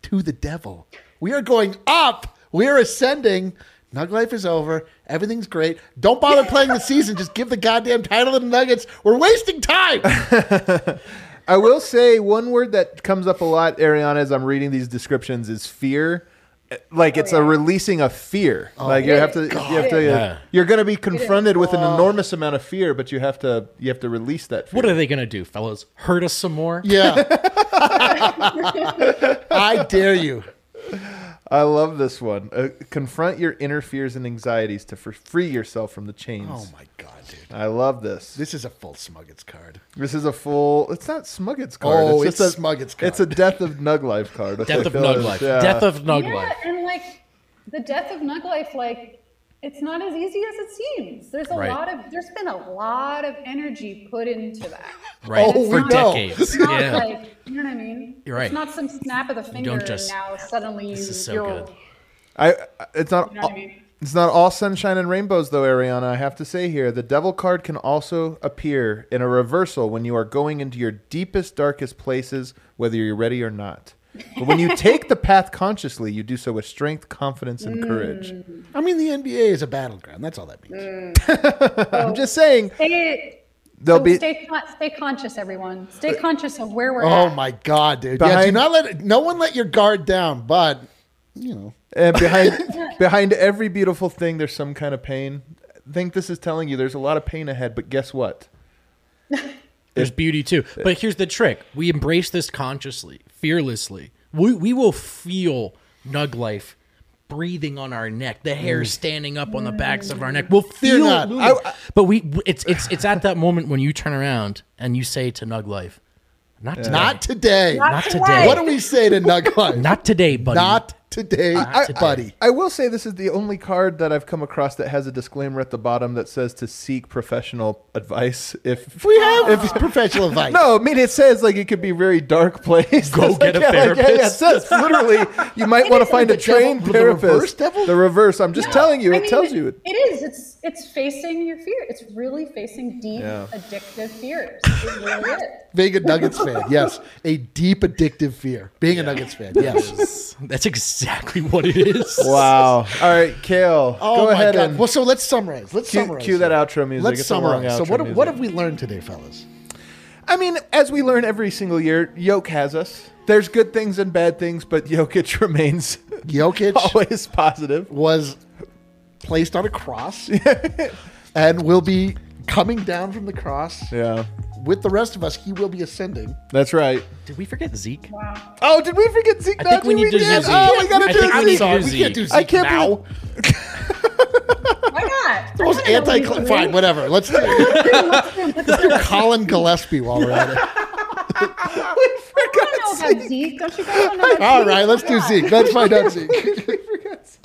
S2: to the devil. We are going up. We are ascending. Nug life is over. Everything's great. Don't bother playing the season. Just give the goddamn title to the Nuggets. We're wasting time.
S1: I will say one word that comes up a lot, Ariana, as I'm reading these descriptions is fear. Like it's a releasing of fear. like you
S4: yeah.
S1: have to, you have to,
S3: Yeah.
S1: you're going to be confronted with an enormous amount of fear, but you have to, you have to release that. Fear.
S3: What are they going to do, fellas? Hurt us some more?
S2: Yeah. I dare you.
S1: I love this one. Uh, confront your inner fears and anxieties to fr- free yourself from the chains.
S2: Oh my God, dude.
S1: I love this.
S2: This is a full Smuggets card.
S1: This is a full. It's not Smugget's card.
S2: Oh, it's
S1: just a,
S2: Smugget's card.
S1: It's a death of Nug Life card. I
S3: Death
S1: think
S3: of
S1: that
S3: Nug
S1: is-
S3: Life.
S1: yeah.
S3: Death of Nug
S4: yeah,
S3: Life.
S4: and like the death of Nug Life, like it's not as easy as it seems. There's a
S3: Right.
S4: lot of there's been a lot of energy put into that.
S3: Right.
S2: Oh,
S3: For
S2: we know.
S3: decades.
S4: It's not
S3: yeah.
S4: like you know what I mean.
S3: You're right.
S4: It's not some snap of the finger.
S3: don't just-
S4: and now suddenly you,
S3: this is so
S4: you're.
S3: good.
S1: I. I- It's not.
S4: You know what I mean?
S1: It's not all sunshine and rainbows, though, Ariana. I have to say here, the devil card can also appear in a reversal when you are going into your deepest, darkest places, whether you're ready or not. But when you take the path consciously, you do so with strength, confidence, and courage.
S4: Mm.
S2: I mean, the NBA is a battleground. That's all that means.
S1: I'm just saying,
S4: Stay,
S1: there'll
S4: so
S1: be. Uh,
S4: stay, con- stay conscious, everyone. Stay conscious of where we're
S2: Oh
S4: at.
S2: my god, dude! yeah, do
S1: Behind-
S2: not let no one let your guard down, but you know,
S1: And behind behind every beautiful thing, there's some kind of pain. I think this is telling you there's a lot of pain ahead, but guess what?
S3: There's beauty too. But here's the trick: we embrace this consciously, fearlessly. We we will feel nug life breathing on our neck, the hair standing up on the backs of our neck. We'll feel
S2: Mm.
S3: it.
S2: not.
S3: moving. but we it's it's it's at that moment when you turn around and you say to nug life, "Not today.
S2: not today.
S3: Not today.
S2: What do we say to Nugline?
S3: Not today, buddy.
S2: Not today,
S3: today.
S2: buddy.
S1: I will say this is the only card that I've come across that has a disclaimer at the bottom that says to seek professional advice if
S2: We have if it's professional advice.
S1: No, I mean it says like it could be a very dark place.
S3: Go
S1: It's
S3: get
S1: like-
S3: a
S1: yeah, like, yeah, yeah, it
S3: therapist.
S1: says literally you might want to
S4: isn't
S1: find a
S2: the devil-
S1: trained
S2: the
S1: therapist.
S2: reverse devil?
S1: The reverse. I'm just telling you.
S4: I
S1: it
S4: mean,
S1: tells you.
S4: It is. It's it's facing your fear. It's really facing deep,
S1: Yeah.
S4: addictive fears. It really is.
S2: being a Nuggets fan, yes, a deep addictive fear. Being a Nuggets fan, yes.
S3: That's exactly what it is.
S1: Wow. All right, Kale.
S2: Oh
S1: go
S2: my
S1: ahead
S2: god!
S1: and
S2: Well, so let's summarize. Let's
S1: Cue-
S2: summarize.
S1: cue that
S2: here.
S1: outro music.
S2: Let's
S1: It's a long
S2: summarize. so
S1: outro
S2: what?
S1: music.
S2: What have we learned today, fellas?
S1: I mean, as we learn every single year, Yoke has us. There's good things and bad things, but Jokic remains
S2: Jokic
S1: always positive.
S2: was placed on a cross, and will be coming down from the cross.
S1: Yeah,
S2: With the rest of us, he will be ascending.
S1: that's right.
S3: Did we forget Zeke?
S1: Oh, did we forget Zeke?
S3: I think we need to do
S1: did.
S3: Zeke.
S1: Oh, we gotta
S3: I
S1: do
S3: think we need to
S1: Zeke.
S3: do
S2: We can't do
S3: Zeke.
S2: Zeke
S1: I can't
S2: now.
S1: believe
S4: Why not?
S2: The most anti. Fine, whatever. Let's do, let's do Colin Gillespie while we're at it.
S1: we
S4: I
S1: forgot
S4: don't know
S1: Zeke.
S4: about Zeke. Don't you guys know about
S2: All
S4: Zeke?
S2: right, let's do
S4: Why
S2: Zeke. Let's find out Zeke.
S4: not?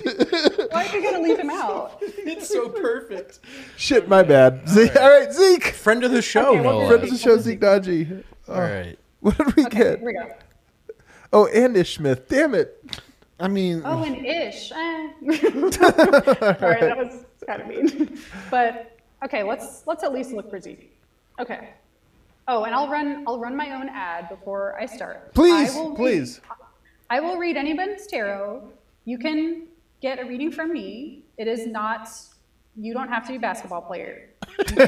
S4: Why are you gonna leave him out?
S3: It's so perfect.
S1: Shit, my bad. Zeke. All right, Zeke.
S3: Friend of the show,
S4: Okay, we'll do
S3: Noah.
S1: Friend of the show, Zeke Dodgy.
S3: All right.
S1: What did we
S4: Okay,
S1: get?
S4: here we go.
S1: Oh, and Ish Smith. Damn it.
S2: I mean,
S4: Oh, and ish. Eh. Sorry, that was kind of mean. But okay, let's let's at least look for Zeke. Okay. Oh, and I'll run I'll run my own ad before I start.
S1: Please,
S4: I will read-
S1: please.
S4: I will read anybody's tarot. You can get a reading from me. It is not. You don't have to be a basketball player. you, can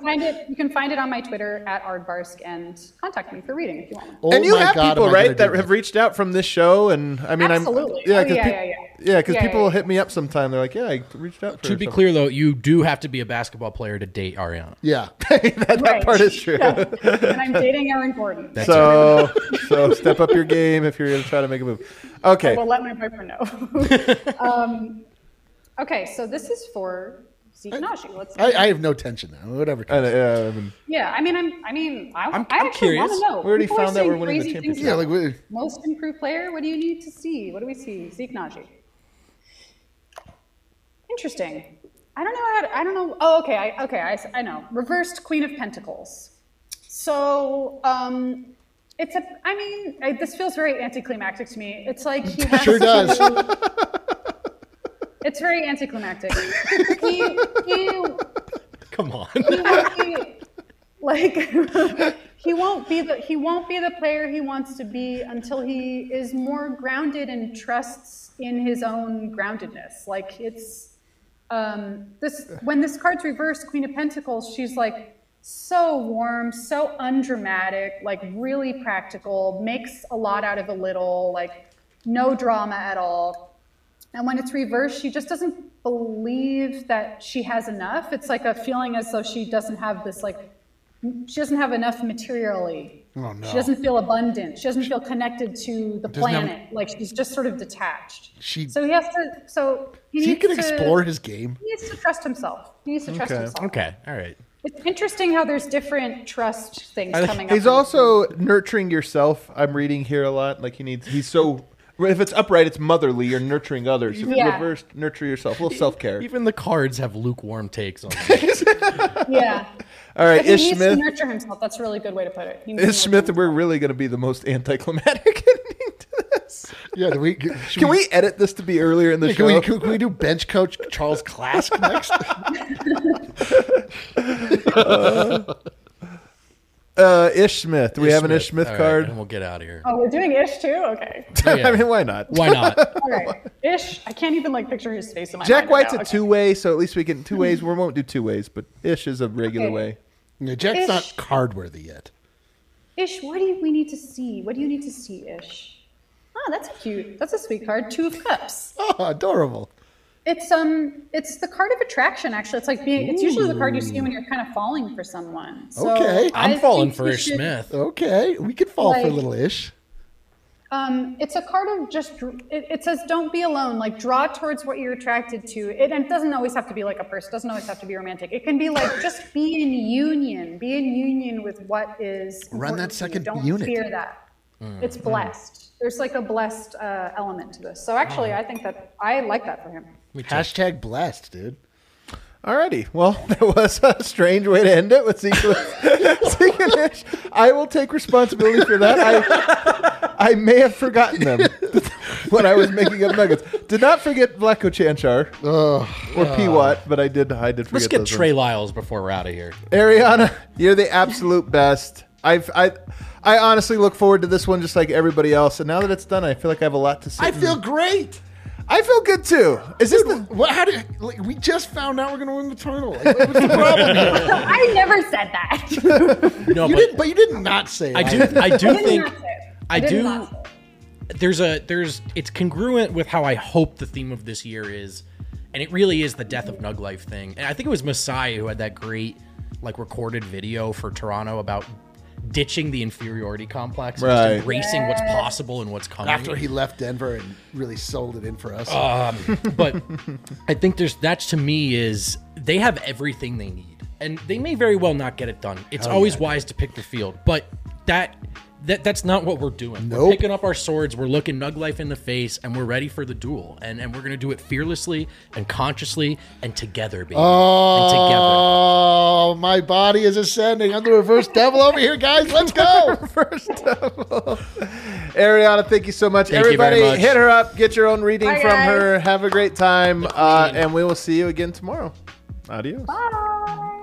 S4: find it, you can find it on my Twitter at Ardbarsk and contact me for reading if you want.
S2: Oh
S1: and you
S2: my
S1: have
S2: God,
S1: people
S2: am I gonna
S1: right that
S2: do this.
S1: have reached out from this show, and I mean,
S4: Absolutely.
S1: I'm yeah,
S4: Oh,
S1: because
S4: yeah,
S1: peop-
S4: yeah, yeah.
S1: yeah, 'cause
S4: Yeah,
S1: people
S4: yeah, yeah.
S1: hit me up sometime. They're like, "Yeah, I reached out." For
S3: To
S1: her,"
S3: be
S1: so-
S3: clear, though, you do have to be a basketball player to date Ariana.
S2: Yeah.
S1: that, that part is true.
S4: and I'm dating Aaron Gordon.
S3: That's
S1: So, so step up your game if you're going to try to make a move. Okay,
S4: Well, let my boyfriend know. um, okay, so this is for Zeke Naji. Let's.
S2: I, I have no tension now. Whatever.
S1: I know, yeah, I mean,
S4: yeah, I mean, I'm. I mean, I,
S3: I'm-
S4: I
S3: I'm
S4: actually
S3: curious.
S4: want to know.
S1: We already
S4: People are
S1: found out we're
S4: saying
S1: winning the
S4: crazy things
S1: championship.
S2: yeah,
S4: about
S2: like we,
S4: most improved player. What do you need to see? What do we see? Zeke Naji. Interesting. I don't know. How to, I don't know. Oh, okay. I, okay. I, s- I know. Reversed Queen of Pentacles. So um, it's a. I mean, I, this feels very anticlimactic to me. It's like he has
S2: Sure does.
S4: It's very anticlimactic. he, he,
S3: Come on.
S4: he won't be, like he won't be the he won't be the player he wants to be until he is more grounded and trusts in his own groundedness. Like it's um, this when this card's reversed, Queen of Pentacles, she's like so warm, so undramatic, like really practical, makes a lot out of a little, like no drama at all. And when it's reversed, she just doesn't believe that she has enough. It's like a feeling as though she doesn't have this, like, she doesn't have enough materially.
S2: Oh, no.
S4: She doesn't feel abundant. She doesn't feel connected to the
S2: Doesn't have-
S4: planet. Like, she's just sort of detached.
S2: She-
S4: so he has to, so he
S2: he
S4: needs
S2: can
S4: to,
S2: explore his game.
S4: He needs to trust himself. He needs to trust
S1: Okay.
S4: himself.
S3: Okay. All right.
S4: It's interesting how there's different trust things
S1: I-
S4: coming up.
S1: he's
S4: in-
S1: also nurturing yourself. I'm reading here a lot. Like he needs. He's so. If it's upright, it's motherly. You're nurturing others. If
S4: Yeah.
S1: reversed, nurture yourself. A little self care.
S3: Even the cards have lukewarm takes on it.
S4: Yeah.
S1: All
S4: I
S1: right,
S4: think
S1: Ish
S4: he needs
S1: Smith.
S4: to nurture himself. That's a really good way to put it. He needs to
S1: Ish Smith,
S4: nurture
S1: we're
S4: himself.
S1: really going to be the most anticlimactic ending to this.
S2: Yeah, do we, should
S1: Can we edit this to be earlier in the
S2: Yeah,
S1: show?
S2: Can we, can, we do bench coach Charles Clask next?
S1: uh, Ish Smith. Do we have an Ish Smith
S3: All right,
S1: card?
S3: and we'll get out of here.
S4: Oh, we're doing ish too? Okay.
S3: Yeah.
S1: I mean, why not?
S3: Why not?
S4: All right. Ish. I can't even like picture his face in my
S1: Jack
S4: mind right
S1: White's
S4: now.
S1: a
S4: Okay.
S1: two way, so at least we can two ways. We won't do two ways, but Ish is a regular
S4: Okay.
S1: way.
S2: yeah, Jack's
S4: Ish.
S2: not card worthy yet.
S4: Ish, what do you, we need to see? What do you need to see, Ish? Ah, that's cute. That's a sweet card. Two of Cups.
S2: Oh, adorable.
S4: It's um, it's the card of attraction. Actually, it's like being. It's usually the card you see when you're kind of falling for someone. So
S2: Okay.
S4: I
S3: I'm falling
S4: think
S3: for
S4: we
S3: Ish
S4: should-
S3: Smith.
S2: Okay, we could fall for a
S4: Like-
S2: little ish.
S4: Um, it's a card of just. dr- It, it says, "Don't be alone." Like draw towards what you're attracted to. It, and it doesn't always have to be like a person. Doesn't always have to be romantic. It can be like just be in union. Be in union with what is.
S2: Run that
S4: important to you.
S2: second
S4: Don't
S2: unit.
S4: fear that.
S3: Hmm.
S4: It's blessed. There's like a blessed uh, element to this. So actually, I think that I like that for him.
S2: Hashtag blessed, dude.
S1: Alrighty. Well, that was a strange way to end it with Zeke, Zeke and Ish. I will take responsibility for that. I, I may have forgotten them when I was making up nuggets. Did not forget Blacko Chanchar or P Watt, but I did. I did forget.
S3: Let's get
S1: those ones.
S3: Trey Lyles before we're out of here.
S1: Ariana, you're the absolute best. I've I I honestly look forward to this one just like everybody else. And now that it's done, I feel like I have a lot to say.
S2: I feel great.
S1: I feel good too. Is this the,
S2: What? How did? Like, we just found out we're gonna win the tournament. Like, what's the problem? here?
S4: I never said that.
S3: No,
S2: You
S3: but
S2: did, but you did not say.
S3: I
S2: that.
S3: do. I do
S4: I did
S3: think.
S4: not say it.
S3: I
S4: did
S3: do-
S4: not say it.
S3: there's a there's it's congruent with how I hope the theme of this year is, and it really is the death of Nug Life thing. And I think it was Messiah who had that great like recorded video for Toronto about ditching the inferiority complex, and
S1: Right.
S3: just embracing what's possible and what's coming.
S2: After he left Denver and really sold it in for us.
S3: but I think there's that to me is they have everything they need, and they may very well not get it done. It's always wise to pick the field, but that that that's not what we're doing. We're
S2: Nope.
S3: picking up our swords, we're looking Nug Life in the face, and we're ready for the duel, and and we're gonna do it fearlessly and consciously and together, baby,
S1: Oh,
S3: and together.
S2: oh, my body is ascending. I'm the reverse devil over here, guys. Let's go.
S1: first double? Ariana, thank you so much.
S3: Thank you very
S1: Everybody,
S3: much.
S1: hit her up. Get your own reading
S4: Bye,
S1: from
S4: guys.
S1: her. Have a great time, uh, and we will see you again tomorrow. Adios.
S4: Bye.